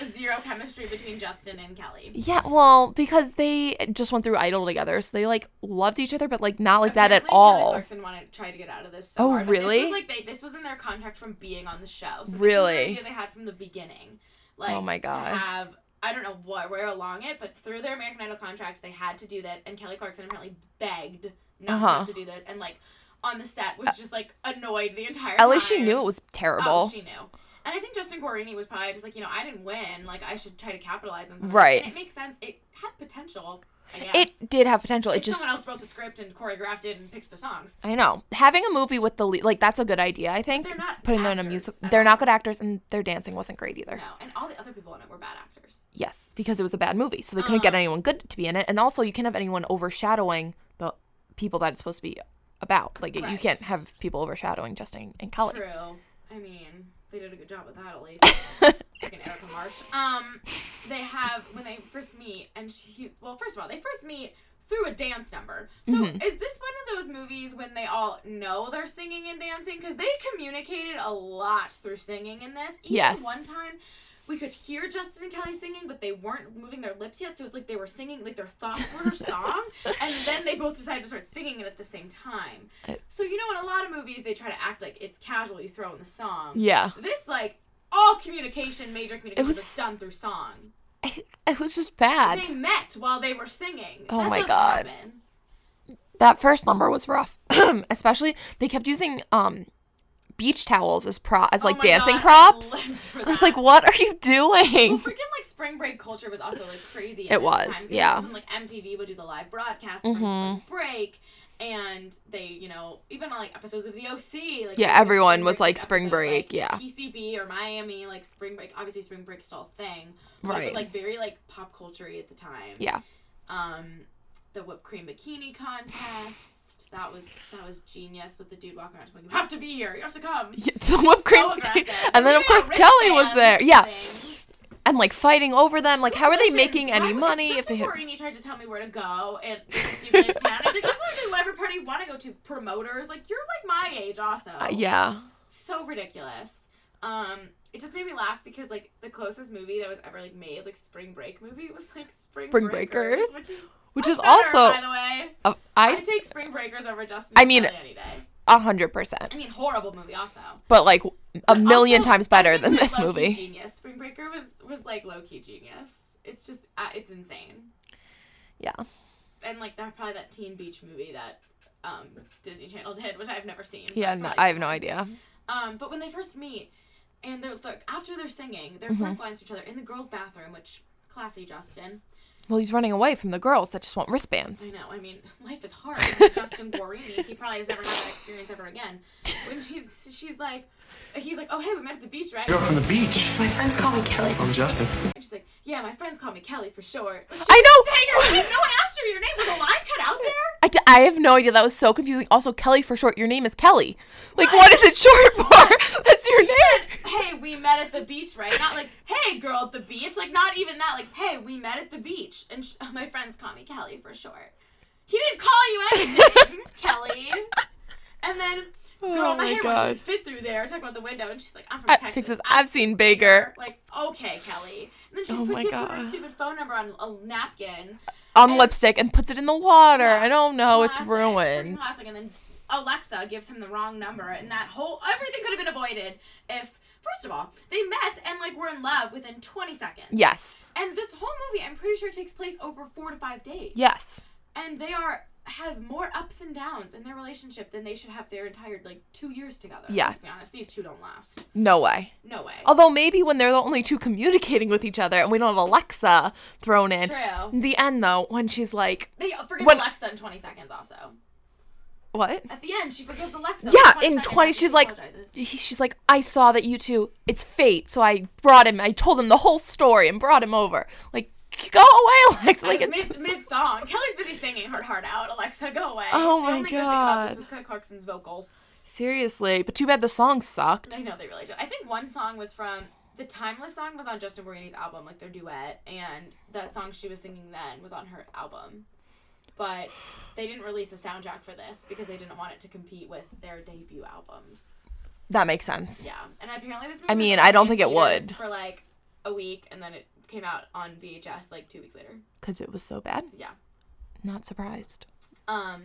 Speaker 2: the zero chemistry between Justin and Kelly.
Speaker 1: Yeah, well, because they just went through Idol together, so they like loved each other, but like not like that at
Speaker 2: Apparently, Kelly
Speaker 1: all.
Speaker 2: Clarkson wanted tried to get out of this. So
Speaker 1: Oh,
Speaker 2: hard, but
Speaker 1: really?
Speaker 2: This was, like they, this was in their contract from being on the show. So this was
Speaker 1: Really?
Speaker 2: the idea they had from the beginning. Like,
Speaker 1: Oh my God.
Speaker 2: To have I don't know what where along it, but through their American Idol contract, they had to do this, and Kelly Clarkson apparently begged not to,
Speaker 1: Uh-huh. Uh,
Speaker 2: have to do this, and like on the set was just like annoyed the entire.
Speaker 1: At least she
Speaker 2: time.
Speaker 1: knew it was terrible.
Speaker 2: Oh, she knew. And I think Justin Guarini was probably just like, you know, I didn't win. Like, I should try to capitalize on something.
Speaker 1: Right.
Speaker 2: And it makes sense. It had potential, I guess.
Speaker 1: it did have potential. It
Speaker 2: If
Speaker 1: just
Speaker 2: someone else wrote the script and choreographed it and picked the songs.
Speaker 1: I know. Having a movie with the lead, like that's a good idea, I think.
Speaker 2: They're not
Speaker 1: putting them in a
Speaker 2: actors
Speaker 1: music.
Speaker 2: at
Speaker 1: They're not
Speaker 2: all.
Speaker 1: good actors and their dancing wasn't great either.
Speaker 2: No. And all the other people in it were bad actors.
Speaker 1: Yes, because it was a bad movie. So they couldn't
Speaker 2: Uh-huh.
Speaker 1: get anyone good to be in it. And also you can't have anyone overshadowing the people that it's supposed to be about. Like you
Speaker 2: Right.
Speaker 1: can't have people overshadowing Justin and Kelly.
Speaker 2: True. I mean, they did a good job with that at least. Fucking Erica Marsh. Um, they have when they first meet, and she. Well, first of all, they first meet through a dance number. So
Speaker 1: Mm-hmm.
Speaker 2: is this one of those movies when they all know they're singing and dancing? Because they communicated a lot through singing in this. Even
Speaker 1: Yes.
Speaker 2: One time. We could hear Justin and Kelly singing, but they weren't moving their lips yet, so it's like they were singing, like their thoughts were her song, and then they both decided to start singing it at the same time. So you know, in a lot of movies, they try to act like it's casual. You throw in the song.
Speaker 1: Yeah.
Speaker 2: This like all communication, major communication,
Speaker 1: was-
Speaker 2: was, done through song.
Speaker 1: It was just bad.
Speaker 2: They met while they were singing.
Speaker 1: Oh
Speaker 2: That
Speaker 1: my
Speaker 2: doesn't
Speaker 1: God.
Speaker 2: happen.
Speaker 1: that first number was rough. Especially they kept using um beach towels as pro as like
Speaker 2: Oh my
Speaker 1: dancing
Speaker 2: God, I
Speaker 1: props.
Speaker 2: lived for
Speaker 1: I was
Speaker 2: that.
Speaker 1: like, what are you doing?
Speaker 2: Freaking like spring break culture was also like crazy. At
Speaker 1: It
Speaker 2: this
Speaker 1: was,
Speaker 2: time, 'cause this
Speaker 1: yeah. Mm-hmm.
Speaker 2: is when, like MTV would do the live broadcast from spring break, and they, you know, even on like episodes of The OC, like
Speaker 1: Yeah,
Speaker 2: they did a
Speaker 1: everyone
Speaker 2: spring
Speaker 1: was,
Speaker 2: break
Speaker 1: like, spring
Speaker 2: episode,
Speaker 1: break,
Speaker 2: like,
Speaker 1: yeah.
Speaker 2: PCB or Miami, like spring break. Obviously, spring break still a thing. But It
Speaker 1: Right.
Speaker 2: was like very like pop culture at the time.
Speaker 1: yeah.
Speaker 2: um the whipped cream bikini contest. That was that was genius with the dude walking around going, You have to be here, you have to come.
Speaker 1: Yeah, so whipped cream,
Speaker 2: So aggressive.
Speaker 1: and then of
Speaker 2: Yeah,
Speaker 1: course Kelly was
Speaker 2: wristbands
Speaker 1: there.
Speaker 2: and
Speaker 1: Yeah,
Speaker 2: things.
Speaker 1: and like fighting over them. Like, how are they
Speaker 2: Listen,
Speaker 1: making
Speaker 2: why
Speaker 1: any
Speaker 2: would-
Speaker 1: money if
Speaker 2: just
Speaker 1: they hit?
Speaker 2: before Rini tried to tell me where to go and stupid town. I'd be like, I'm gonna do whatever party you wanna go to. Promoters, like you're like my age also.
Speaker 1: Uh, yeah,
Speaker 2: So ridiculous. Um it just made me laugh because like the closest movie that was ever like made, like spring break movie, was like Spring,
Speaker 1: Spring
Speaker 2: Breakers,
Speaker 1: Breakers?
Speaker 2: which is
Speaker 1: which
Speaker 2: much
Speaker 1: is
Speaker 2: better, by
Speaker 1: also
Speaker 2: the way.
Speaker 1: uh,
Speaker 2: I
Speaker 1: I
Speaker 2: take Spring Breakers over Justin.
Speaker 1: I
Speaker 2: and
Speaker 1: mean-
Speaker 2: Kelly any day.
Speaker 1: a hundred percent,
Speaker 2: I mean, horrible movie also.
Speaker 1: but like a
Speaker 2: But
Speaker 1: million
Speaker 2: also,
Speaker 1: times
Speaker 2: I
Speaker 1: better
Speaker 2: think
Speaker 1: than
Speaker 2: that
Speaker 1: this
Speaker 2: low-key
Speaker 1: movie.
Speaker 2: Genius. Spring Breaker was was like low key genius. It's just uh, it's insane.
Speaker 1: Yeah,
Speaker 2: And like that probably that Teen Beach movie that um Disney Channel did, which I've never seen. but
Speaker 1: yeah. No,
Speaker 2: probably
Speaker 1: I have no
Speaker 2: someone-
Speaker 1: idea.
Speaker 2: Um, but when they first meet, and they're like after they're singing, their
Speaker 1: Mm-hmm.
Speaker 2: first lines to each other in the girls' bathroom, which classy Justin.
Speaker 1: Well, he's running away from the girls that just want
Speaker 2: I
Speaker 1: wristbands.
Speaker 2: know. I mean, life is hard. Like Justin Guarini, he probably has never had that experience ever again. When she's, she's like, he's like, oh hey, we met at the beach, right?
Speaker 5: Girl from the beach.
Speaker 6: My friends call me Kelly.
Speaker 5: I'm Justin.
Speaker 2: And she's like, yeah, my friends call me Kelly for short. Like, she
Speaker 1: I know.
Speaker 2: didn't say her name. No one asked her your name. Was a line cut out there?
Speaker 1: I, ca- I have no idea. That was so confusing. Also, Kelly for short. Your name is Kelly. Like, what is it short for? That's your name.
Speaker 2: Hey, we met at the beach, right? Not like, hey, girl at the beach. Like, not even that. Like, hey, we met at the beach. And sh- my friends call me Kelly for short. He didn't call you anything, Kelly. And then, girl,
Speaker 1: Oh
Speaker 2: my,
Speaker 1: my
Speaker 2: hair
Speaker 1: God.
Speaker 2: wouldn't fit through there. Talking about the window. And she's like, I'm from
Speaker 1: I,
Speaker 2: Texas.
Speaker 1: Texas. I've seen bigger
Speaker 2: Like, okay, Kelly. And then she
Speaker 1: Oh
Speaker 2: put
Speaker 1: my
Speaker 2: gives her
Speaker 1: God.
Speaker 2: her stupid phone number on a napkin.
Speaker 1: on
Speaker 2: And-
Speaker 1: lipstick and puts it in the water.
Speaker 2: Yeah.
Speaker 1: I don't know. Oh, It's
Speaker 2: Classic, freaking
Speaker 1: ruined.
Speaker 2: Classic. And then Alexa gives him the wrong number, and that whole everything could have been avoided if. First of all, they met and like were in love within 20 seconds.
Speaker 1: Yes.
Speaker 2: And this whole movie, I'm pretty sure, takes place over four to five days.
Speaker 1: Yes.
Speaker 2: And they are have more ups and downs in their relationship than they should have their entire like two years together.
Speaker 1: Yeah.
Speaker 2: Let's be honest. These two don't last.
Speaker 1: No way.
Speaker 2: No way.
Speaker 1: Although maybe when they're the only two communicating with each other and we don't have Alexa thrown in.
Speaker 2: True.
Speaker 1: In the end though, when she's like,
Speaker 2: They forgive
Speaker 1: When-
Speaker 2: Alexa in 20 seconds also.
Speaker 1: "What?"
Speaker 2: At the end, she forgives Alexa. in
Speaker 1: Yeah,
Speaker 2: 20
Speaker 1: in
Speaker 2: seconds
Speaker 1: 20
Speaker 2: and she
Speaker 1: she's like
Speaker 2: apologizes.
Speaker 1: he, she's like, "I saw that you two, it's fate, so I brought him. I told him the whole story and brought him over." Like, go away, Alexa. Like
Speaker 2: Mid-
Speaker 1: it's
Speaker 2: mid song. Kelly's busy singing her heart out. Alexa, go away.
Speaker 1: Oh my
Speaker 2: the only good thing about
Speaker 1: God.
Speaker 2: this was Kelly Clarkson's vocals.
Speaker 1: seriously, but too bad the song sucked.
Speaker 2: I know they really did. I think one song was from the Timeless song was on Justin Guarini's album, like their duet, and that song she was singing then was on her album. But they didn't release a soundtrack for this because they didn't want it to compete with their debut albums.
Speaker 1: That makes sense.
Speaker 2: Yeah, and apparently this. Movie
Speaker 1: I
Speaker 2: was
Speaker 1: mean,
Speaker 2: only
Speaker 1: I don't
Speaker 2: in
Speaker 1: think it
Speaker 2: theaters
Speaker 1: would.
Speaker 2: for like a week, and then it came out on VHS like two weeks later.
Speaker 1: Cuz it was so bad.
Speaker 2: Yeah.
Speaker 1: Not surprised.
Speaker 2: Um,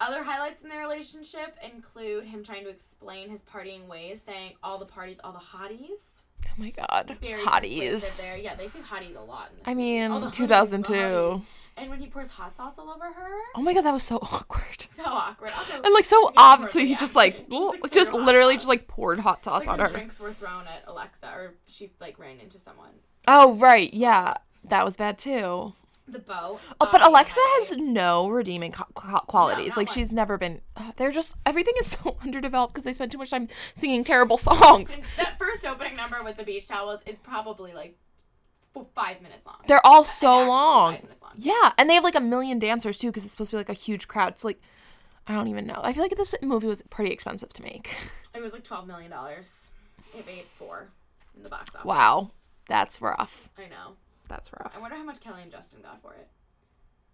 Speaker 2: other highlights in their relationship include him trying to explain his partying ways, saying all the parties, all the hotties.
Speaker 1: Oh my god.
Speaker 2: Very persuasive There.
Speaker 1: Hotties.
Speaker 2: Yeah, they say hotties a lot. In this
Speaker 1: I
Speaker 2: movie. All the
Speaker 1: mean,
Speaker 2: hotties,
Speaker 1: 2002.
Speaker 2: the hotties. And when he pours hot sauce all over her,
Speaker 1: Oh my god, that was so awkward.
Speaker 2: so awkward. Also,
Speaker 1: And like so
Speaker 2: like,
Speaker 1: obviously
Speaker 2: inappropriate
Speaker 1: he's just like
Speaker 2: action.
Speaker 1: l-
Speaker 2: like,
Speaker 1: just
Speaker 2: threw hot
Speaker 1: literally
Speaker 2: sauce.
Speaker 1: just like poured hot sauce
Speaker 2: Like,
Speaker 1: on
Speaker 2: when
Speaker 1: her.
Speaker 2: Drinks were thrown at Alexa, or she like ran into someone.
Speaker 1: Oh right, yeah. That was bad too.
Speaker 2: The bow.
Speaker 1: Oh, but Alexa has no redeeming co- co- qualities.
Speaker 2: not
Speaker 1: like
Speaker 2: one.
Speaker 1: she's never been. Uh, they're just everything is so underdeveloped because they spend too much time singing terrible songs.
Speaker 2: that first opening number with the beach towels is probably like f- five minutes long.
Speaker 1: They're all
Speaker 2: An
Speaker 1: so
Speaker 2: actual
Speaker 1: long.
Speaker 2: five minutes long.
Speaker 1: Yeah, and they have like a million dancers too because it's supposed to be like a huge crowd. So like, I don't even know. I feel like this movie was pretty expensive to make.
Speaker 2: It was like twelve million dollars. It made four in the box office.
Speaker 1: Wow, that's rough.
Speaker 2: I know.
Speaker 1: That's rough.
Speaker 2: I wonder how much Kelly and Justin got for it.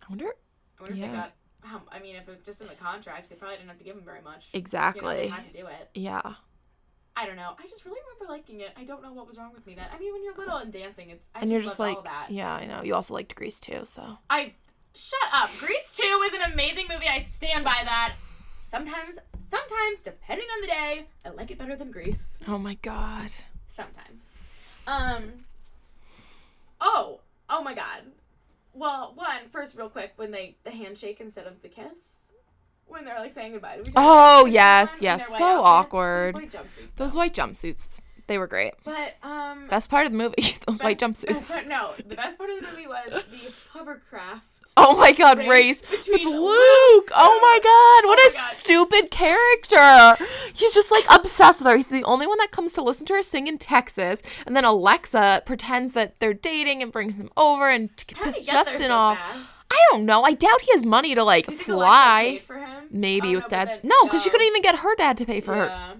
Speaker 1: I wonder
Speaker 2: I wonder if
Speaker 1: Yeah.
Speaker 2: they got. How, I mean, if it was just in the contract, they probably didn't have to give him very much. You know,
Speaker 1: exactly.
Speaker 2: they had to do it.
Speaker 1: yeah.
Speaker 2: I don't know. I just really remember liking it. I don't know what was wrong with me then. I mean, when you're little and dancing, it's I
Speaker 1: and you're just
Speaker 2: loved
Speaker 1: like,
Speaker 2: all that.
Speaker 1: yeah, I know. You also liked Grease too, so
Speaker 2: I shut up. Grease Two is an amazing movie. I stand by that. Sometimes, sometimes, depending on the day, I like it better than Grease.
Speaker 1: oh my god,
Speaker 2: Sometimes. Um. Oh. Oh my God. Well, one first, real quick, when they the handshake instead of the kiss, when they're like saying goodbye to each other.
Speaker 1: Oh,
Speaker 2: Like,
Speaker 1: yes,
Speaker 2: everyone in
Speaker 1: yes,
Speaker 2: their white
Speaker 1: so
Speaker 2: outfits.
Speaker 1: awkward.
Speaker 2: Those white jumpsuits.
Speaker 1: those
Speaker 2: though.
Speaker 1: white jumpsuits, they were great.
Speaker 2: But um.
Speaker 1: Best part of the movie, those white
Speaker 2: best- best
Speaker 1: jumpsuits.
Speaker 2: part- no, the best part of the movie was the hovercraft.
Speaker 1: Oh my god,
Speaker 2: race
Speaker 1: race, with
Speaker 2: between
Speaker 1: Luke.
Speaker 2: Luke-
Speaker 1: Oh my god, what
Speaker 2: Oh my
Speaker 1: a
Speaker 2: God.
Speaker 1: stupid character. He's just like obsessed with her. He's the only one that comes to listen to her sing in Texas. And then Alexa pretends that they're dating and brings him over and t-
Speaker 2: How did
Speaker 1: piss
Speaker 2: he get there
Speaker 1: Justin
Speaker 2: so
Speaker 1: off.
Speaker 2: fast?
Speaker 1: I don't know. I doubt he has money to like
Speaker 2: Do you think Alexa
Speaker 1: fly.
Speaker 2: paid for him?
Speaker 1: Maybe
Speaker 2: Oh,
Speaker 1: with
Speaker 2: no, but
Speaker 1: dad's
Speaker 2: then-
Speaker 1: No, because she
Speaker 2: no.
Speaker 1: couldn't even get her dad to pay for her.
Speaker 2: yeah.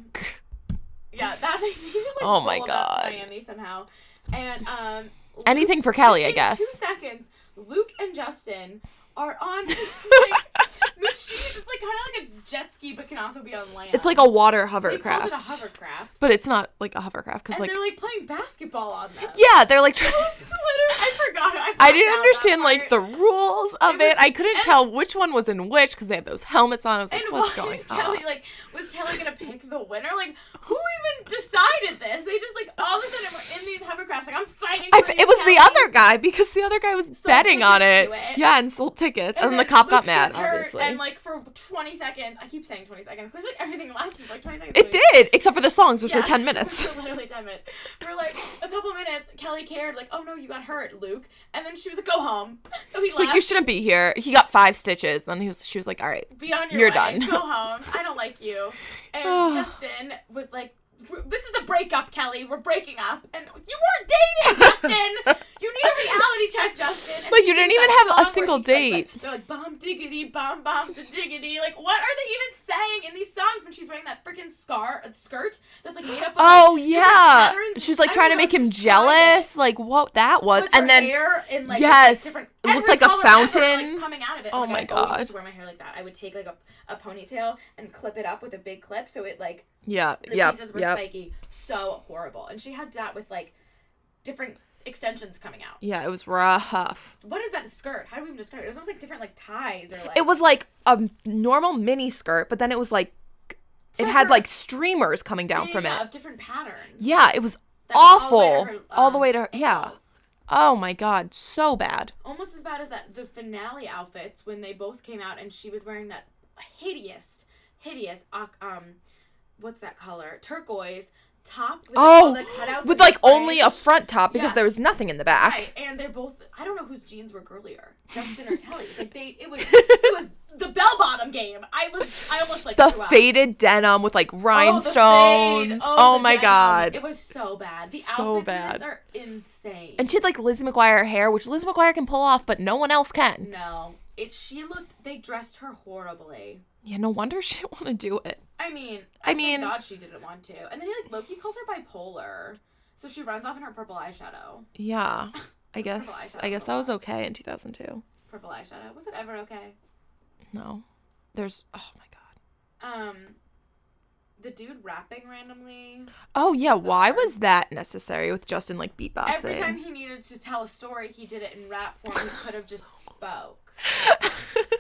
Speaker 2: Yeah, that made me just like
Speaker 1: Oh my
Speaker 2: rolled up to
Speaker 1: God.
Speaker 2: Miami somehow, and um.
Speaker 1: Anything for Kelly, I
Speaker 2: in
Speaker 1: guess.
Speaker 2: Two seconds. Luke and Justin are on these, like machines. It's like kind of like a jet ski, but can also be on land.
Speaker 1: It's like a water
Speaker 2: they called
Speaker 1: hovercraft.
Speaker 2: it a hovercraft,
Speaker 1: But it's not like a hovercraft because
Speaker 2: and
Speaker 1: like,
Speaker 2: they're like playing basketball on them.
Speaker 1: yeah, they're like trying.
Speaker 2: It's literally- I forgot. I,
Speaker 1: I
Speaker 2: blacked
Speaker 1: didn't
Speaker 2: out that
Speaker 1: understand like
Speaker 2: part.
Speaker 1: the rules of
Speaker 2: It was-
Speaker 1: it. I couldn't
Speaker 2: and-
Speaker 1: tell which one was in which because they had those helmets on. I was
Speaker 2: And
Speaker 1: like,
Speaker 2: why
Speaker 1: what's going
Speaker 2: did Kelly
Speaker 1: on?
Speaker 2: like was Kelly gonna pick the winner? Like who even decided this? They just like all of a sudden were in these hovercrafts. Like I'm fighting.
Speaker 1: I
Speaker 2: for
Speaker 1: f-
Speaker 2: you,
Speaker 1: it was the
Speaker 2: Kelly.
Speaker 1: other guy because the other guy was betting on it.
Speaker 2: tickets to it.
Speaker 1: Yeah, and sold tickets, and, the
Speaker 2: then
Speaker 1: cop
Speaker 2: Luke
Speaker 1: got mad.
Speaker 2: gets hurt,
Speaker 1: Obviously,
Speaker 2: And like for 20 seconds, I keep saying 20 seconds because I feel like everything lasted for like 20 seconds.
Speaker 1: it did, except for the songs, which
Speaker 2: Yeah.
Speaker 1: were ten minutes.
Speaker 2: Which were literally 10 minutes. For like a couple minutes, Kelly cared, like, oh no, you got hurt, Luke. And then she was like, go home. So he
Speaker 1: She's
Speaker 2: left.
Speaker 1: like, you shouldn't be here. He got five stitches. Then he was, she was like, all right,
Speaker 2: be on your
Speaker 1: you're
Speaker 2: way.
Speaker 1: done.
Speaker 2: Go home. I don't like you. And Justin was like, this is a breakup, Kelly. We're breaking up. And you weren't dating, Justin. you need a reality check, Justin. And
Speaker 1: Like,
Speaker 2: she
Speaker 1: you didn't
Speaker 2: sings
Speaker 1: even
Speaker 2: that
Speaker 1: have a
Speaker 2: song where
Speaker 1: single
Speaker 2: she's like-
Speaker 1: date.
Speaker 2: they're like, bomb diggity, bomb bomb to diggity. Like, what are they even saying in these songs when she's wearing that freaking scar uh, skirt that's like made up of
Speaker 1: Oh
Speaker 2: like, different
Speaker 1: yeah,
Speaker 2: patterns and-
Speaker 1: she's like
Speaker 2: I
Speaker 1: trying to
Speaker 2: don't know
Speaker 1: make him
Speaker 2: describe it.
Speaker 1: jealous. Like what that was,
Speaker 2: With her
Speaker 1: and then
Speaker 2: hair in, like,
Speaker 1: Yes.
Speaker 2: different-
Speaker 1: It looked
Speaker 2: every
Speaker 1: like a
Speaker 2: color ever, like,
Speaker 1: fountain.
Speaker 2: coming out of it.
Speaker 1: Oh
Speaker 2: Like,
Speaker 1: my
Speaker 2: I always used to
Speaker 1: God.
Speaker 2: wear my hair like that. I would take like a, a ponytail and clip it up with a big clip, so it like
Speaker 1: yeah,
Speaker 2: the
Speaker 1: yeah,
Speaker 2: pieces were
Speaker 1: yeah,
Speaker 2: spiky. So horrible. And she had that with like different extensions coming out.
Speaker 1: yeah. It was rough.
Speaker 2: What is that skirt? How do we even describe it? It was almost like different like ties or like
Speaker 1: It was like a normal mini skirt, but then it was like it
Speaker 2: like
Speaker 1: had
Speaker 2: her-
Speaker 1: like streamers coming down
Speaker 2: Yeah,
Speaker 1: from
Speaker 2: yeah,
Speaker 1: it.
Speaker 2: of different patterns.
Speaker 1: Yeah, it was
Speaker 2: That was
Speaker 1: awful.
Speaker 2: her,
Speaker 1: All the
Speaker 2: um,
Speaker 1: way to her, yeah.
Speaker 2: ankles.
Speaker 1: Oh my god, so bad.
Speaker 2: Almost as bad as that the finale outfits when they both came out and she was wearing that hideous, hideous oc- um, what's that color? Turquoise top with all
Speaker 1: Oh,
Speaker 2: the cutouts
Speaker 1: with
Speaker 2: in
Speaker 1: like
Speaker 2: the
Speaker 1: only a
Speaker 2: frame.
Speaker 1: front top because there
Speaker 2: Yes.
Speaker 1: was nothing in the back.
Speaker 2: Right, and they're both. I don't know whose jeans were girlier, Justin or Kelly's. Like they, it was, it was the bell bottom game. I was, I almost like
Speaker 1: The
Speaker 2: threw up.
Speaker 1: faded denim with like
Speaker 2: Oh, the
Speaker 1: rhinestones.
Speaker 2: fade.
Speaker 1: Oh,
Speaker 2: the
Speaker 1: my
Speaker 2: denim.
Speaker 1: god.
Speaker 2: it was so bad. The
Speaker 1: So
Speaker 2: outfits in
Speaker 1: bad.
Speaker 2: this are insane.
Speaker 1: and she had like Lizzie McGuire hair, which Lizzie McGuire can pull off, but no one else can.
Speaker 2: no, it. She looked. They dressed her horribly.
Speaker 1: Yeah, no wonder she didn't want to do it.
Speaker 2: I mean,
Speaker 1: I
Speaker 2: I
Speaker 1: mean-
Speaker 2: mean, God, she didn't want to. And then like Loki calls her bipolar, so she runs off in her purple eyeshadow.
Speaker 1: Yeah, I guess
Speaker 2: eyeshadow
Speaker 1: I guess
Speaker 2: for a
Speaker 1: that was
Speaker 2: while.
Speaker 1: okay in 2002.
Speaker 2: Purple eyeshadow. Was it ever okay?
Speaker 1: No, there's oh my god.
Speaker 2: Um, the dude rapping randomly.
Speaker 1: Oh yeah, why was that necessary with Justin like beatboxing?
Speaker 2: Every time he needed to tell a story, he did it in rap form. He could have just spoke.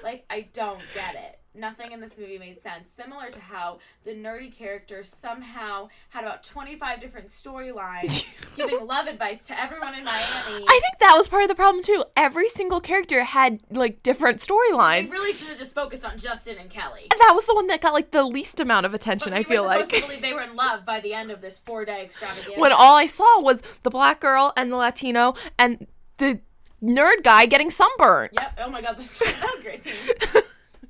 Speaker 2: Like, I don't get it. Nothing in this movie made sense. Similar to how the nerdy character somehow had about 25 different storylines, giving love advice to everyone in Miami.
Speaker 1: I think that was part of the problem too. Every single character had like different
Speaker 2: We
Speaker 1: storylines.
Speaker 2: really should have just focused on Justin and Kelly.
Speaker 1: that was the one that got like the least amount of attention. I
Speaker 2: we
Speaker 1: feel
Speaker 2: were
Speaker 1: like
Speaker 2: supposed to believe they were in love by the end of this four-day extravaganza.
Speaker 1: when all I saw was the black girl and the Latino and the nerd guy getting sunburned.
Speaker 2: Yep. Oh my god, this that was a great scene.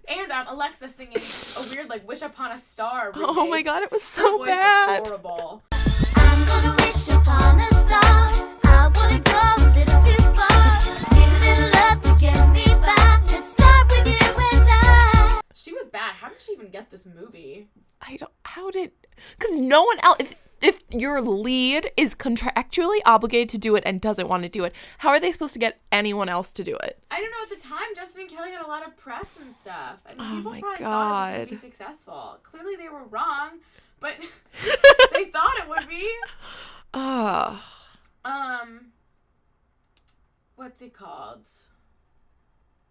Speaker 2: and um, Alexa singing a weird like "Wish Upon a Star."
Speaker 1: Oh my
Speaker 2: remake.
Speaker 1: god, it was
Speaker 2: Her
Speaker 1: so
Speaker 2: voice was
Speaker 1: bad.
Speaker 2: horrible.
Speaker 4: I'm gonna wish upon a star. I wanna go a little too far. Need a little love to get me by. Let's start with you and I.
Speaker 2: She was bad. How did she even get this movie?
Speaker 1: I don't. How did? Because no one else. If if your lead is contractually obligated to do it and doesn't want to do it, how are they supposed to get anyone else to do it?
Speaker 2: I don't know. At the time, Justin and Kelly had a lot of press and stuff. I mean,
Speaker 1: Oh
Speaker 2: people
Speaker 1: my
Speaker 2: probably thought it was
Speaker 1: God.
Speaker 2: gonna be successful. Clearly, they were wrong, but they thought it would be.
Speaker 1: Ah,
Speaker 2: Um, what's it called?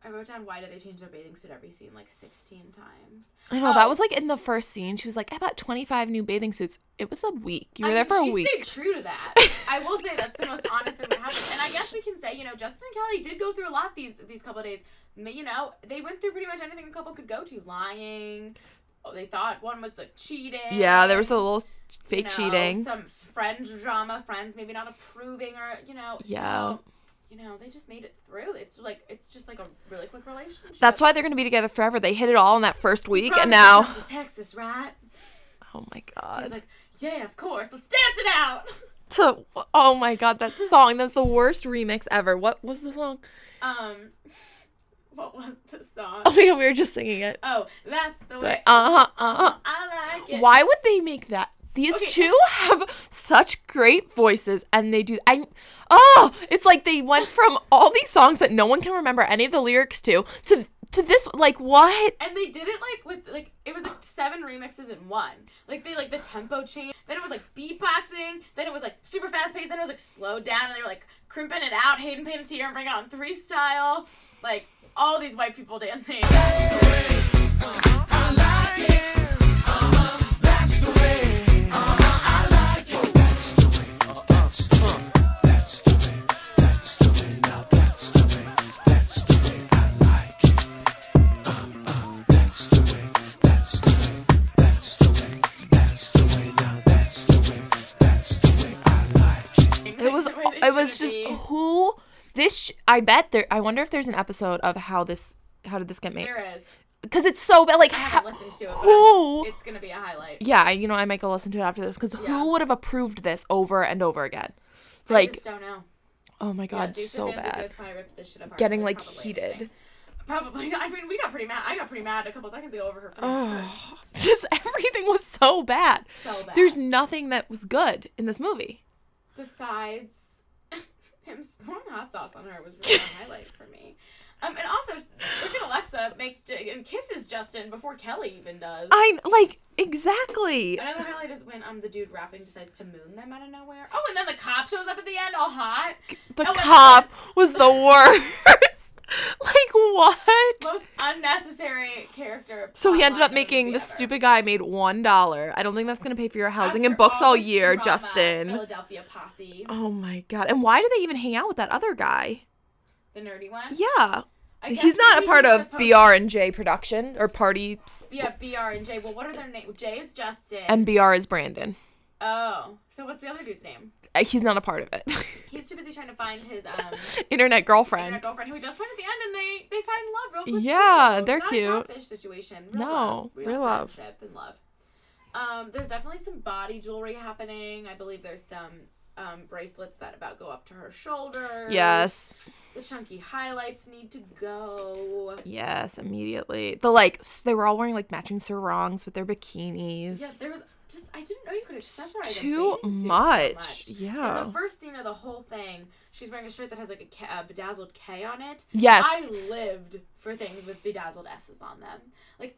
Speaker 2: I wrote down why did they change their bathing suit every scene like sixteen times.
Speaker 1: I know that
Speaker 2: Oh.
Speaker 1: was like in the first scene. She was like, "I bought twenty five new bathing suits." It was a week. You were
Speaker 2: I
Speaker 1: there
Speaker 2: mean,
Speaker 1: for a
Speaker 2: she
Speaker 1: week.
Speaker 2: stayed true to that. I will say that's the most honest thing that happened. And I guess we can say, you know, Justin and Kelly did go through a lot these these couple of days. M- You know, they went through pretty much anything a couple could go to, lying. Oh, they thought one was like cheating.
Speaker 1: yeah, there was a little
Speaker 2: you
Speaker 1: fake
Speaker 2: know,
Speaker 1: cheating.
Speaker 2: Some friend drama, friends maybe not approving or you know.
Speaker 1: Yeah.
Speaker 2: So, you know, they just made it through. It's like it's just like a really quick relationship.
Speaker 1: That's why they're gonna be together forever. They hit it all in that first week,
Speaker 2: Promise
Speaker 1: and
Speaker 2: you
Speaker 1: now,
Speaker 2: come to Texas, right?
Speaker 1: oh my
Speaker 2: He's
Speaker 1: god,
Speaker 2: like, yeah, of course. Let's dance it out.
Speaker 1: to oh my god, that song. That was the worst remix ever. What was the song?
Speaker 2: Um, what was the song?
Speaker 1: Oh yeah, we were just singing it.
Speaker 2: Oh, that's the way.
Speaker 1: But uh huh, uh huh.
Speaker 2: I like it.
Speaker 1: Why would they make that? These
Speaker 2: Okay.
Speaker 1: two have such great voices, and they do. I oh, it's like they went from all these songs that no one can remember any of the lyrics to to to this. Like what?
Speaker 2: And they did it like with like it was like seven remixes in one. Like they like the tempo change. Then it was like beatboxing. Then it was like super fast paced. Then it was like slowed down. And they were like crimping it out, Hayden Panettiere and bringing it on three style. Like all these white people dancing.
Speaker 1: It was. It was just who this. Sh- I bet there. I wonder if there's an episode of how this. How did this get made?
Speaker 2: There is.
Speaker 1: Because it's so bad. Like
Speaker 2: I
Speaker 1: how,
Speaker 2: haven't listened to it. But
Speaker 1: who?
Speaker 2: It's gonna be a highlight.
Speaker 1: yeah, I- you know, I might go listen to it after this. Because
Speaker 2: Yeah.
Speaker 1: who would have approved this over and over again?
Speaker 2: I
Speaker 1: Like,
Speaker 2: just don't know.
Speaker 1: oh my
Speaker 2: Yeah,
Speaker 1: god,
Speaker 2: Dukes of
Speaker 1: so
Speaker 2: Hazzard
Speaker 1: bad.
Speaker 2: Guys probably ripped this shit apart.
Speaker 1: Getting
Speaker 2: There's
Speaker 1: like
Speaker 2: probably
Speaker 1: heated.
Speaker 2: anything. Probably. I mean, we got pretty mad. I got pretty mad a couple seconds ago over her. Oh.
Speaker 1: Oh, just everything was so bad.
Speaker 2: So bad.
Speaker 1: There's nothing that was good in this movie.
Speaker 2: Besides, him pouring hot sauce on her was really a highlight for me. Um, and also, look at Alexa makes J- and kisses Justin before Kelly even does.
Speaker 1: I like exactly.
Speaker 2: Another highlight is when um the dude rapping decides to moon them out of nowhere. Oh, and then the cop shows up at the end, all hot.
Speaker 1: The
Speaker 2: Oh, and-
Speaker 1: cop was the worst. Like what?
Speaker 2: Most unnecessary character.
Speaker 1: So he
Speaker 2: plot
Speaker 1: ended up
Speaker 2: line
Speaker 1: making
Speaker 2: of
Speaker 1: the
Speaker 2: other.
Speaker 1: stupid guy made one dollar. I don't think that's gonna pay for your housing and
Speaker 2: After
Speaker 1: books all
Speaker 2: this
Speaker 1: year,
Speaker 2: drama,
Speaker 1: Justin.
Speaker 2: Philadelphia posse,
Speaker 1: Oh my god. And why do they even hang out with that other guy?
Speaker 2: the nerdy one.
Speaker 1: Yeah.
Speaker 2: I guess
Speaker 1: He's not a
Speaker 2: maybe
Speaker 1: part
Speaker 2: he's
Speaker 1: of
Speaker 2: supposed-
Speaker 1: BR and J production or party s-
Speaker 2: Yeah, BR and J. Well, what are their names? J is Justin.
Speaker 1: and BR is Brandon.
Speaker 2: oh, so what's the other dude's name?
Speaker 1: Uh, He's not a part of it.
Speaker 2: He's too busy trying to find his um
Speaker 1: Internet
Speaker 2: internet
Speaker 1: girlfriend.
Speaker 2: girlfriend who he does find at the end, and they they find love real quick.
Speaker 1: Yeah,
Speaker 2: too.
Speaker 1: they're
Speaker 2: Not a
Speaker 1: cute.
Speaker 2: catfish situation.
Speaker 1: No,
Speaker 2: love.
Speaker 1: real love.
Speaker 2: friendship and love. Um, there's definitely some body jewelry happening. I believe there's some um bracelets that about go up to her shoulders.
Speaker 1: Yes.
Speaker 2: The chunky highlights need to go.
Speaker 1: Yes, immediately. The like s- they were all wearing like matching sarongs with their bikinis.
Speaker 2: Yeah, there was just I didn't know you could accessorize a
Speaker 1: too
Speaker 2: bathing suit so
Speaker 1: much.
Speaker 2: In
Speaker 1: Yeah.
Speaker 2: the first scene of the whole thing, she's wearing a shirt that has like a, K, a bedazzled K on it.
Speaker 1: Yes.
Speaker 2: I lived for things with bedazzled S's on them. Like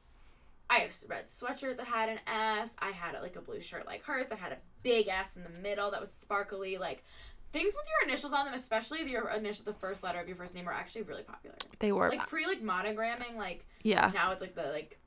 Speaker 2: I had a red sweatshirt that had an S. I had like a blue shirt like hers that had a big S in the middle that was sparkly. Like things with your initials on them, especially your initial, the first letter of your first name, are actually really popular.
Speaker 1: they were
Speaker 2: Like pre like monogramming, like
Speaker 1: Yeah.
Speaker 2: now it's like the like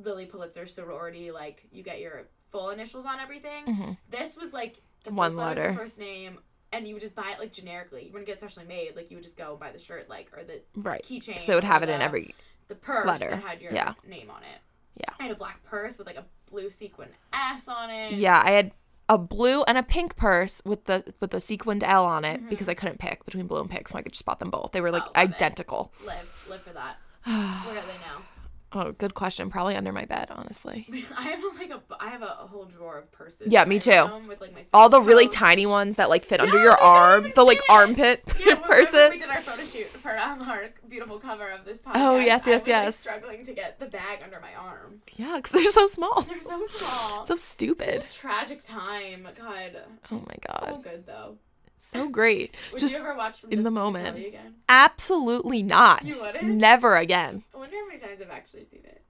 Speaker 2: Lily Pulitzer sorority, like you get your full initials on everything. This was like the
Speaker 1: Mm-hmm. One
Speaker 2: first letter, of your
Speaker 1: letter.
Speaker 2: first name, and you would just buy it like generically. You wouldn't get it specially made. Like you would just go buy the shirt, like or the
Speaker 1: Right.
Speaker 2: keychain.
Speaker 1: So it would
Speaker 2: or
Speaker 1: have it in
Speaker 2: the-
Speaker 1: every
Speaker 2: the purse
Speaker 1: letter.
Speaker 2: that had your
Speaker 1: Yeah.
Speaker 2: name on it.
Speaker 1: Yeah.
Speaker 2: I had a black purse with like a blue sequin S on it.
Speaker 1: Yeah, I had a blue and a pink purse with the with the sequined L on it because I couldn't pick between blue and pink, so I could just spot them both. They were like
Speaker 2: Mm-hmm. Oh, love it.
Speaker 1: identical.
Speaker 2: Live, live for that. Where are they now?
Speaker 1: Oh, good question. Probably under my bed, honestly.
Speaker 2: I have like a I have a whole drawer of purses.
Speaker 1: Yeah,
Speaker 2: in
Speaker 1: me
Speaker 2: my
Speaker 1: too.
Speaker 2: room With, like, my
Speaker 1: All the really
Speaker 2: phones.
Speaker 1: tiny ones that like fit under
Speaker 2: Yeah,
Speaker 1: your
Speaker 2: they don't
Speaker 1: arm,
Speaker 2: even
Speaker 1: the like
Speaker 2: fit.
Speaker 1: armpit
Speaker 2: Yeah, when- when we
Speaker 1: purses.
Speaker 2: did our photo shoot for um, our beautiful cover of this podcast.
Speaker 1: Oh, yes,
Speaker 2: I
Speaker 1: yes,
Speaker 2: was,
Speaker 1: yes.
Speaker 2: Like, struggling to get the bag under my arm.
Speaker 1: Yeah, because they're so small,
Speaker 2: They're so small.
Speaker 1: so
Speaker 2: Such
Speaker 1: stupid.
Speaker 2: a tragic time. God,
Speaker 1: Oh my
Speaker 2: so
Speaker 1: god,
Speaker 2: good though.
Speaker 1: so great.
Speaker 2: Would
Speaker 1: Just
Speaker 2: you ever watch from
Speaker 1: in the
Speaker 2: Justin and
Speaker 1: moment.
Speaker 2: Kelly Again?
Speaker 1: absolutely not.
Speaker 2: You wouldn't?
Speaker 1: Never again.
Speaker 2: I wonder how many times I've actually seen it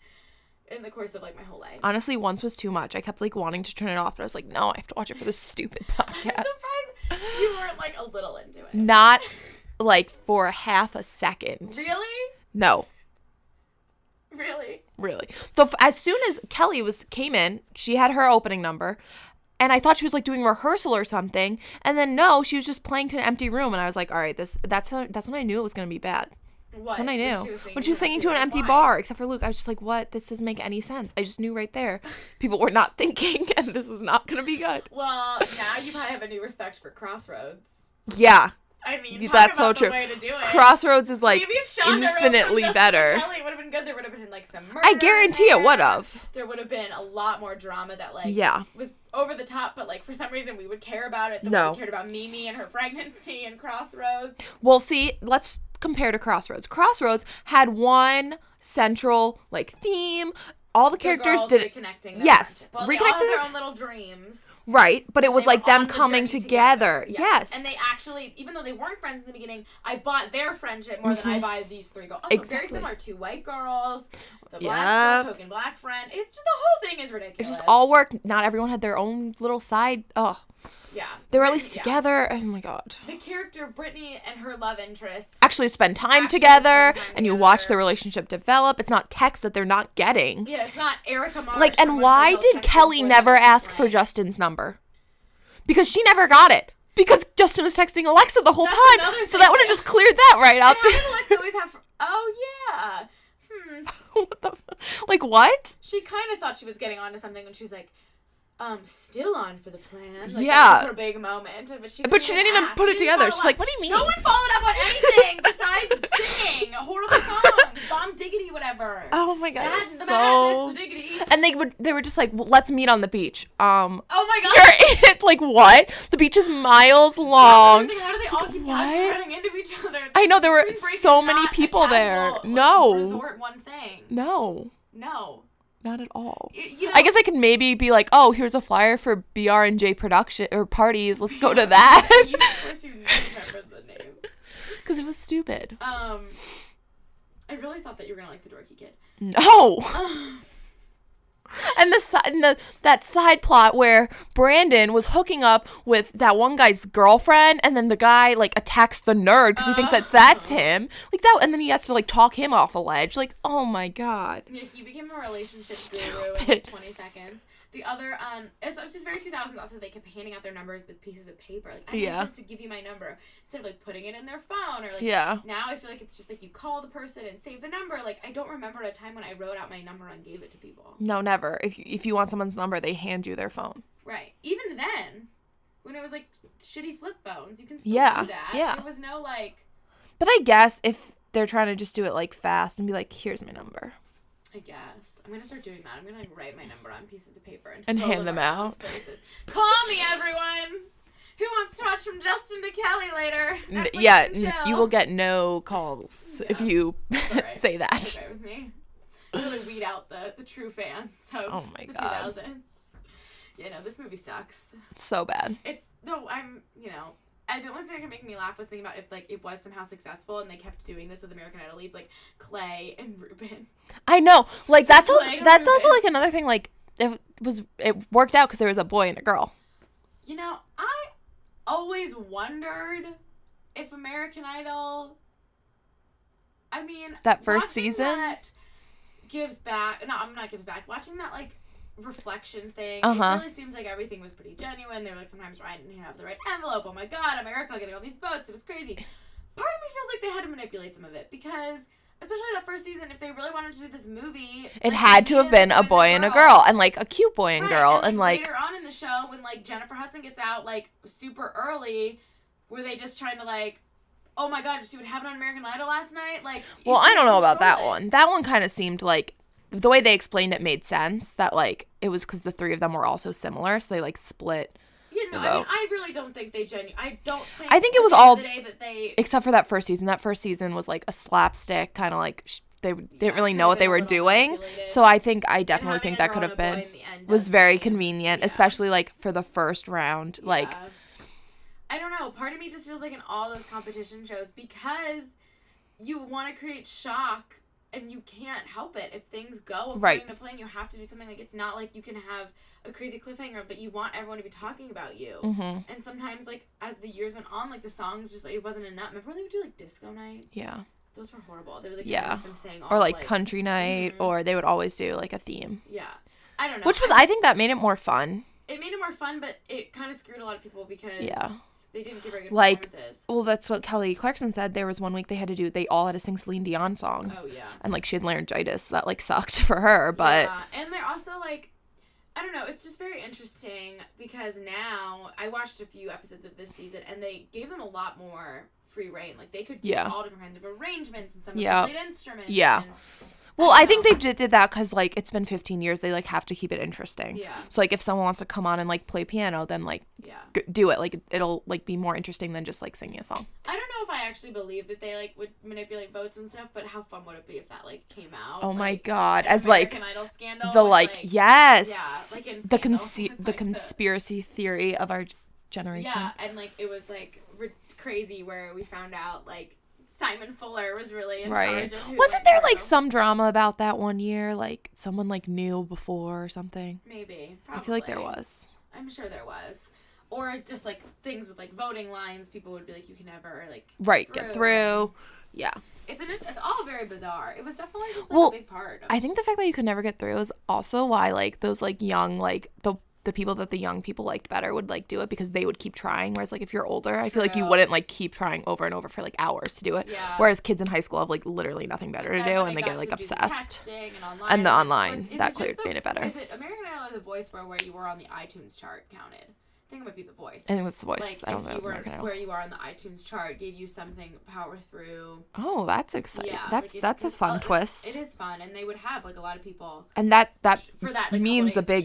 Speaker 2: in the course of like my whole life.
Speaker 1: Honestly, once was too much. I kept like wanting to turn it off, but I was like, no, I have to watch it for this stupid
Speaker 2: I'm
Speaker 1: podcast.
Speaker 2: surprised you weren't like a little into it.
Speaker 1: Not like for a half a second.
Speaker 2: Really,
Speaker 1: No,
Speaker 2: really.
Speaker 1: really. The f- as soon as Kelly was came in, she had her opening number, and I thought she was like doing rehearsal or something. And then no, she was just playing to an empty room, and I was like, all right, this that's how, that's when I knew it was gonna be bad.
Speaker 2: What?
Speaker 1: That's when I knew. when she was singing to an empty bar, except for Luke, I was just like, what? This doesn't make any sense. I just knew right there. People were not thinking, and this was not going to be good.
Speaker 2: Well, now you probably have a new respect for Crossroads.
Speaker 1: Yeah.
Speaker 2: I mean, talk
Speaker 1: That's so
Speaker 2: about the
Speaker 1: true.
Speaker 2: way to do it.
Speaker 1: Crossroads is like
Speaker 2: Maybe if Shonda wrote from
Speaker 1: infinitely
Speaker 2: Justin
Speaker 1: better.
Speaker 2: Kelly, it would have been good. There would have been like some murder.
Speaker 1: I
Speaker 2: in
Speaker 1: guarantee it
Speaker 2: there.
Speaker 1: would have.
Speaker 2: There would have been a lot more drama that like
Speaker 1: Yeah.
Speaker 2: was over the top, but like for some reason we would care about it. The way
Speaker 1: No.
Speaker 2: we cared about Mimi and her pregnancy and Crossroads.
Speaker 1: Well, see, let's compare to Crossroads. Crossroads had one central like theme. All the characters
Speaker 2: girls
Speaker 1: did it
Speaker 2: reconnecting. Their
Speaker 1: Yes.
Speaker 2: friendship. well, they all
Speaker 1: Reconnecting
Speaker 2: had their
Speaker 1: this-
Speaker 2: own little dreams.
Speaker 1: right, but it was
Speaker 2: They
Speaker 1: like
Speaker 2: were on
Speaker 1: them
Speaker 2: the
Speaker 1: coming
Speaker 2: journey
Speaker 1: together. Yes.
Speaker 2: And they actually, even though they weren't friends in the beginning, I bought their friendship more than I buy these three girls. Also, very
Speaker 1: Mm-hmm. Exactly.
Speaker 2: similar to white girls, the black
Speaker 1: Yep.
Speaker 2: girl, token black friend. It's just, the whole thing is ridiculous.
Speaker 1: it just all worked. Not everyone had their own little side. Oh,
Speaker 2: Yeah.
Speaker 1: they were at least
Speaker 2: Yeah.
Speaker 1: together. Oh my god.
Speaker 2: The character Brittany and her love interest.
Speaker 1: actually spend time
Speaker 2: Actually
Speaker 1: together
Speaker 2: spend time
Speaker 1: and you watch
Speaker 2: together.
Speaker 1: their relationship develop. It's not text that they're not getting.
Speaker 2: Yeah, it's not Erica Marsh.
Speaker 1: Like,
Speaker 2: someone "Oh,
Speaker 1: and
Speaker 2: who
Speaker 1: why
Speaker 2: they'll
Speaker 1: did
Speaker 2: text
Speaker 1: Kelly
Speaker 2: before
Speaker 1: never
Speaker 2: they
Speaker 1: ask
Speaker 2: went.
Speaker 1: for Justin's number? Because she never got it. Because Justin was texting Alexa the whole
Speaker 2: That's another
Speaker 1: time. So
Speaker 2: thing.
Speaker 1: that would have just cleared that right
Speaker 2: And
Speaker 1: up.
Speaker 2: how did Alexa always have? oh yeah. Hmm.
Speaker 1: What the f- like, what?
Speaker 2: she kind of thought she was getting onto something when she was like, um, still on for the plan. Like,
Speaker 1: Yeah.
Speaker 2: That was her big moment. But she,
Speaker 1: But she didn't even
Speaker 2: ask.
Speaker 1: put it
Speaker 2: didn't
Speaker 1: together.
Speaker 2: follow
Speaker 1: She's
Speaker 2: up.
Speaker 1: like, what do you mean?
Speaker 2: No one followed up on anything besides singing a horrible song, bomb diggity, whatever.
Speaker 1: Oh my god. it
Speaker 2: Madness,
Speaker 1: was
Speaker 2: the madness,
Speaker 1: so.
Speaker 2: the diggity.
Speaker 1: And they would, they were just like, well, let's meet on the beach. Um,
Speaker 2: Oh my god.
Speaker 1: you're it. Like, what? The beach is miles long.
Speaker 2: How do they all keep
Speaker 1: What?
Speaker 2: running into each other?
Speaker 1: I know, there were
Speaker 2: Spring break
Speaker 1: so
Speaker 2: is
Speaker 1: many
Speaker 2: not a
Speaker 1: people there.
Speaker 2: casual
Speaker 1: No.
Speaker 2: Resort one thing.
Speaker 1: No,
Speaker 2: No.
Speaker 1: not at all.
Speaker 2: You, you know,
Speaker 1: I guess I could maybe be like, oh, here's a flyer for BR and J production or parties. Let's go to that
Speaker 2: you, of course you remember the name.
Speaker 1: because it was stupid.
Speaker 2: Um, I really thought that you were gonna like the dorky kid.
Speaker 1: No,
Speaker 2: Um,
Speaker 1: And the si- and the that side plot where Brandon was hooking up with that one guy's girlfriend, and then the guy like attacks the nerd because he thinks that that's him, like that, and then he has to like talk him off a ledge. Like, oh my god,
Speaker 2: Yeah, he became a relationship guru in like
Speaker 1: Stupid.
Speaker 2: 20 seconds. The other, um, it was, it was just very 2000s. Also, they kept handing out their numbers with pieces of paper. Like, I need
Speaker 1: Yeah.
Speaker 2: chance to give you my number instead of like putting it in their phone or like.
Speaker 1: Yeah.
Speaker 2: Now I feel like it's just like you call the person and save the number. Like I don't remember a time when I wrote out my number and gave it to people.
Speaker 1: no, never. If if you want someone's number, they hand you their phone.
Speaker 2: Right. Even then, when it was like shitty flip phones, you can still
Speaker 1: Yeah,
Speaker 2: do that.
Speaker 1: yeah.
Speaker 2: There was no like.
Speaker 1: But I guess if they're trying to just do it like fast and be like, here's my number.
Speaker 2: I guess I'm gonna start doing that. I'm gonna like write my number on pieces of paper and,
Speaker 1: And
Speaker 2: throw
Speaker 1: hand them
Speaker 2: around
Speaker 1: out.
Speaker 2: places. Call me, everyone. Who wants to watch from Justin to Kelly later?
Speaker 1: N-
Speaker 2: Netflix
Speaker 1: yeah,
Speaker 2: and
Speaker 1: n- you
Speaker 2: chill.
Speaker 1: will get no calls if
Speaker 2: Yeah.
Speaker 1: you
Speaker 2: Alright.
Speaker 1: say that.
Speaker 2: That's okay with me. I really weed out the, the true fans. So
Speaker 1: Oh my
Speaker 2: the
Speaker 1: God.
Speaker 2: 2000s. Yeah, no, this movie sucks.
Speaker 1: So bad.
Speaker 2: It's though I'm you know. I, the only thing that could make me laugh was thinking about if like it was somehow successful and they kept doing this with American Idol leads like Clay and Ruben.
Speaker 1: I know. Like that's also,
Speaker 2: Later
Speaker 1: that's also
Speaker 2: movie.
Speaker 1: like another thing. Like it was it worked out because there was a boy and a girl.
Speaker 2: You know, I always wondered if American Idol. I mean,
Speaker 1: That first
Speaker 2: watching
Speaker 1: season?
Speaker 2: that gives back. No, I'm not gives back. Watching that like reflection thing,
Speaker 1: Uh-huh.
Speaker 2: it really seemed like everything was pretty genuine. They were like, sometimes I didn't have the right envelope. Oh my god, America getting all these votes. It was crazy. Part of me feels like they had to manipulate some of it because. Especially that first season, if they really wanted to do this movie,
Speaker 1: It
Speaker 2: like,
Speaker 1: had
Speaker 2: they
Speaker 1: to have
Speaker 2: needed
Speaker 1: been a boy and a girl, and like a cute boy and
Speaker 2: Right,
Speaker 1: girl, and like
Speaker 2: later on in the show when like Jennifer Hudson gets out like super early, were they just trying to like, oh my god, did you see what happened on American Idol last night? Like, you
Speaker 1: well, I
Speaker 2: can't
Speaker 1: don't know about
Speaker 2: control
Speaker 1: that
Speaker 2: it.
Speaker 1: one. That one kind of seemed like the way they explained it made sense. That like it was because the three of them were also similar, so they like split.
Speaker 2: You know, I mean,
Speaker 1: Although-
Speaker 2: I really don't think they genuinely. I don't think.
Speaker 1: I think it
Speaker 2: at
Speaker 1: was
Speaker 2: the end of
Speaker 1: all-
Speaker 2: the day that they.
Speaker 1: Except for that first season. That first season was like a slapstick kind of like sh- they
Speaker 2: Yeah,
Speaker 1: didn't really
Speaker 2: could've
Speaker 1: know what
Speaker 2: been
Speaker 1: they
Speaker 2: a
Speaker 1: were
Speaker 2: little
Speaker 1: doing.
Speaker 2: manipulated.
Speaker 1: So I think I
Speaker 2: and
Speaker 1: definitely
Speaker 2: having
Speaker 1: think
Speaker 2: a
Speaker 1: that
Speaker 2: girl
Speaker 1: could
Speaker 2: and
Speaker 1: have
Speaker 2: a boy
Speaker 1: been
Speaker 2: in the end
Speaker 1: was
Speaker 2: does
Speaker 1: very
Speaker 2: make-
Speaker 1: convenient,
Speaker 2: yeah.
Speaker 1: especially like for the first round. Like
Speaker 2: Yeah. I don't know. Part of me just feels like in all those competition shows because you want to create shock and you can't help it if things go according
Speaker 1: Right.
Speaker 2: to plan. You have to do something like it's not like you can have a crazy cliffhanger, but you want everyone to be talking about you.
Speaker 1: mhm.
Speaker 2: And sometimes, like as the years went on, like the songs just like it wasn't enough. Remember when they would do like disco night?
Speaker 1: Yeah.
Speaker 2: Those were horrible. They were like
Speaker 1: Yeah.
Speaker 2: them saying all
Speaker 1: Or like
Speaker 2: like
Speaker 1: country night
Speaker 2: mhm.
Speaker 1: or they would always do like a theme.
Speaker 2: yeah. I don't know.
Speaker 1: Which was
Speaker 2: I,
Speaker 1: I think that made it more fun.
Speaker 2: it made it more fun, but it kind of screwed a lot of people because
Speaker 1: Yeah.
Speaker 2: they didn't give very good
Speaker 1: Like,
Speaker 2: performances.
Speaker 1: Well, that's what Kelly Clarkson said. There was one week they had to do they all had to sing Celine Dion songs.
Speaker 2: Oh yeah.
Speaker 1: And like she had laryngitis, so that like sucked for her, but
Speaker 2: Yeah, and they're also like I don't know, it's just very interesting because now I watched a few episodes of this season and they gave them a lot more free reign. Like they could do
Speaker 1: Yeah.
Speaker 2: all different kinds of arrangements and some of
Speaker 1: Yeah.
Speaker 2: them played instruments.
Speaker 1: Yeah.
Speaker 2: and-
Speaker 1: Well, I think
Speaker 2: know.
Speaker 1: they did, did that because like it's been 15 years. They like have to keep it interesting.
Speaker 2: Yeah.
Speaker 1: So like if someone wants to come on and like play piano, then like
Speaker 2: yeah.
Speaker 1: g- do it. Like it'll like be more interesting than just like singing a song.
Speaker 2: I don't know if I actually believe that they like would manipulate votes and stuff, but how fun would it be if that like came out?
Speaker 1: Oh my
Speaker 2: like,
Speaker 1: god!
Speaker 2: an
Speaker 1: As like
Speaker 2: American Idol scandal
Speaker 1: the
Speaker 2: and,
Speaker 1: like, yes,
Speaker 2: yeah, like in
Speaker 1: the
Speaker 2: Scandal,
Speaker 1: conce-
Speaker 2: it's
Speaker 1: the
Speaker 2: like the-
Speaker 1: conspiracy theory of our g- generation.
Speaker 2: Yeah, and like it was like re- crazy where we found out like Simon Fuller was really in
Speaker 1: Right.
Speaker 2: charge of who
Speaker 1: Wasn't
Speaker 2: went
Speaker 1: there like
Speaker 2: through.
Speaker 1: some drama about that one year? Like someone like knew before or something.
Speaker 2: Maybe. Probably.
Speaker 1: I feel like there was.
Speaker 2: I'm sure there was. Or just like things with like voting lines, people would be like, "You can never like."
Speaker 1: Right. Get through. Yeah.
Speaker 2: It's an, it's all very bizarre. It was definitely just like,
Speaker 1: Well,
Speaker 2: a big part. Of,
Speaker 1: I think the fact that you could never get through is also why like those like young like the the people that the young people liked better would like do it because they would keep trying. Whereas like if you're older, I feel like you
Speaker 2: True.
Speaker 1: wouldn't like keep trying over and over for like hours to do it.
Speaker 2: Yeah.
Speaker 1: Whereas kids in high school have like literally nothing better to
Speaker 2: And
Speaker 1: do
Speaker 2: then
Speaker 1: and
Speaker 2: I
Speaker 1: they get
Speaker 2: got
Speaker 1: like
Speaker 2: to do the
Speaker 1: obsessed.
Speaker 2: texting and, online.
Speaker 1: And the
Speaker 2: Was-
Speaker 1: online,
Speaker 2: is
Speaker 1: that
Speaker 2: it
Speaker 1: clearly
Speaker 2: just
Speaker 1: made it better.
Speaker 2: Is it American Idol or The Voice where where you were on the iTunes chart counted? I think it might be The Voice.
Speaker 1: I think that's the
Speaker 2: like
Speaker 1: voice. I don't
Speaker 2: if
Speaker 1: know.
Speaker 2: you
Speaker 1: It was
Speaker 2: were-
Speaker 1: American Idol.
Speaker 2: where you are on the iTunes chart gave you something power through.
Speaker 1: Oh, that's exciting.
Speaker 2: Yeah,
Speaker 1: that's
Speaker 2: like, if-
Speaker 1: that's a
Speaker 2: it's-
Speaker 1: fun
Speaker 2: it-
Speaker 1: twist.
Speaker 2: It is fun, and they would have like a lot of people
Speaker 1: and that that
Speaker 2: for that like,
Speaker 1: means
Speaker 2: couple
Speaker 1: a
Speaker 2: days
Speaker 1: big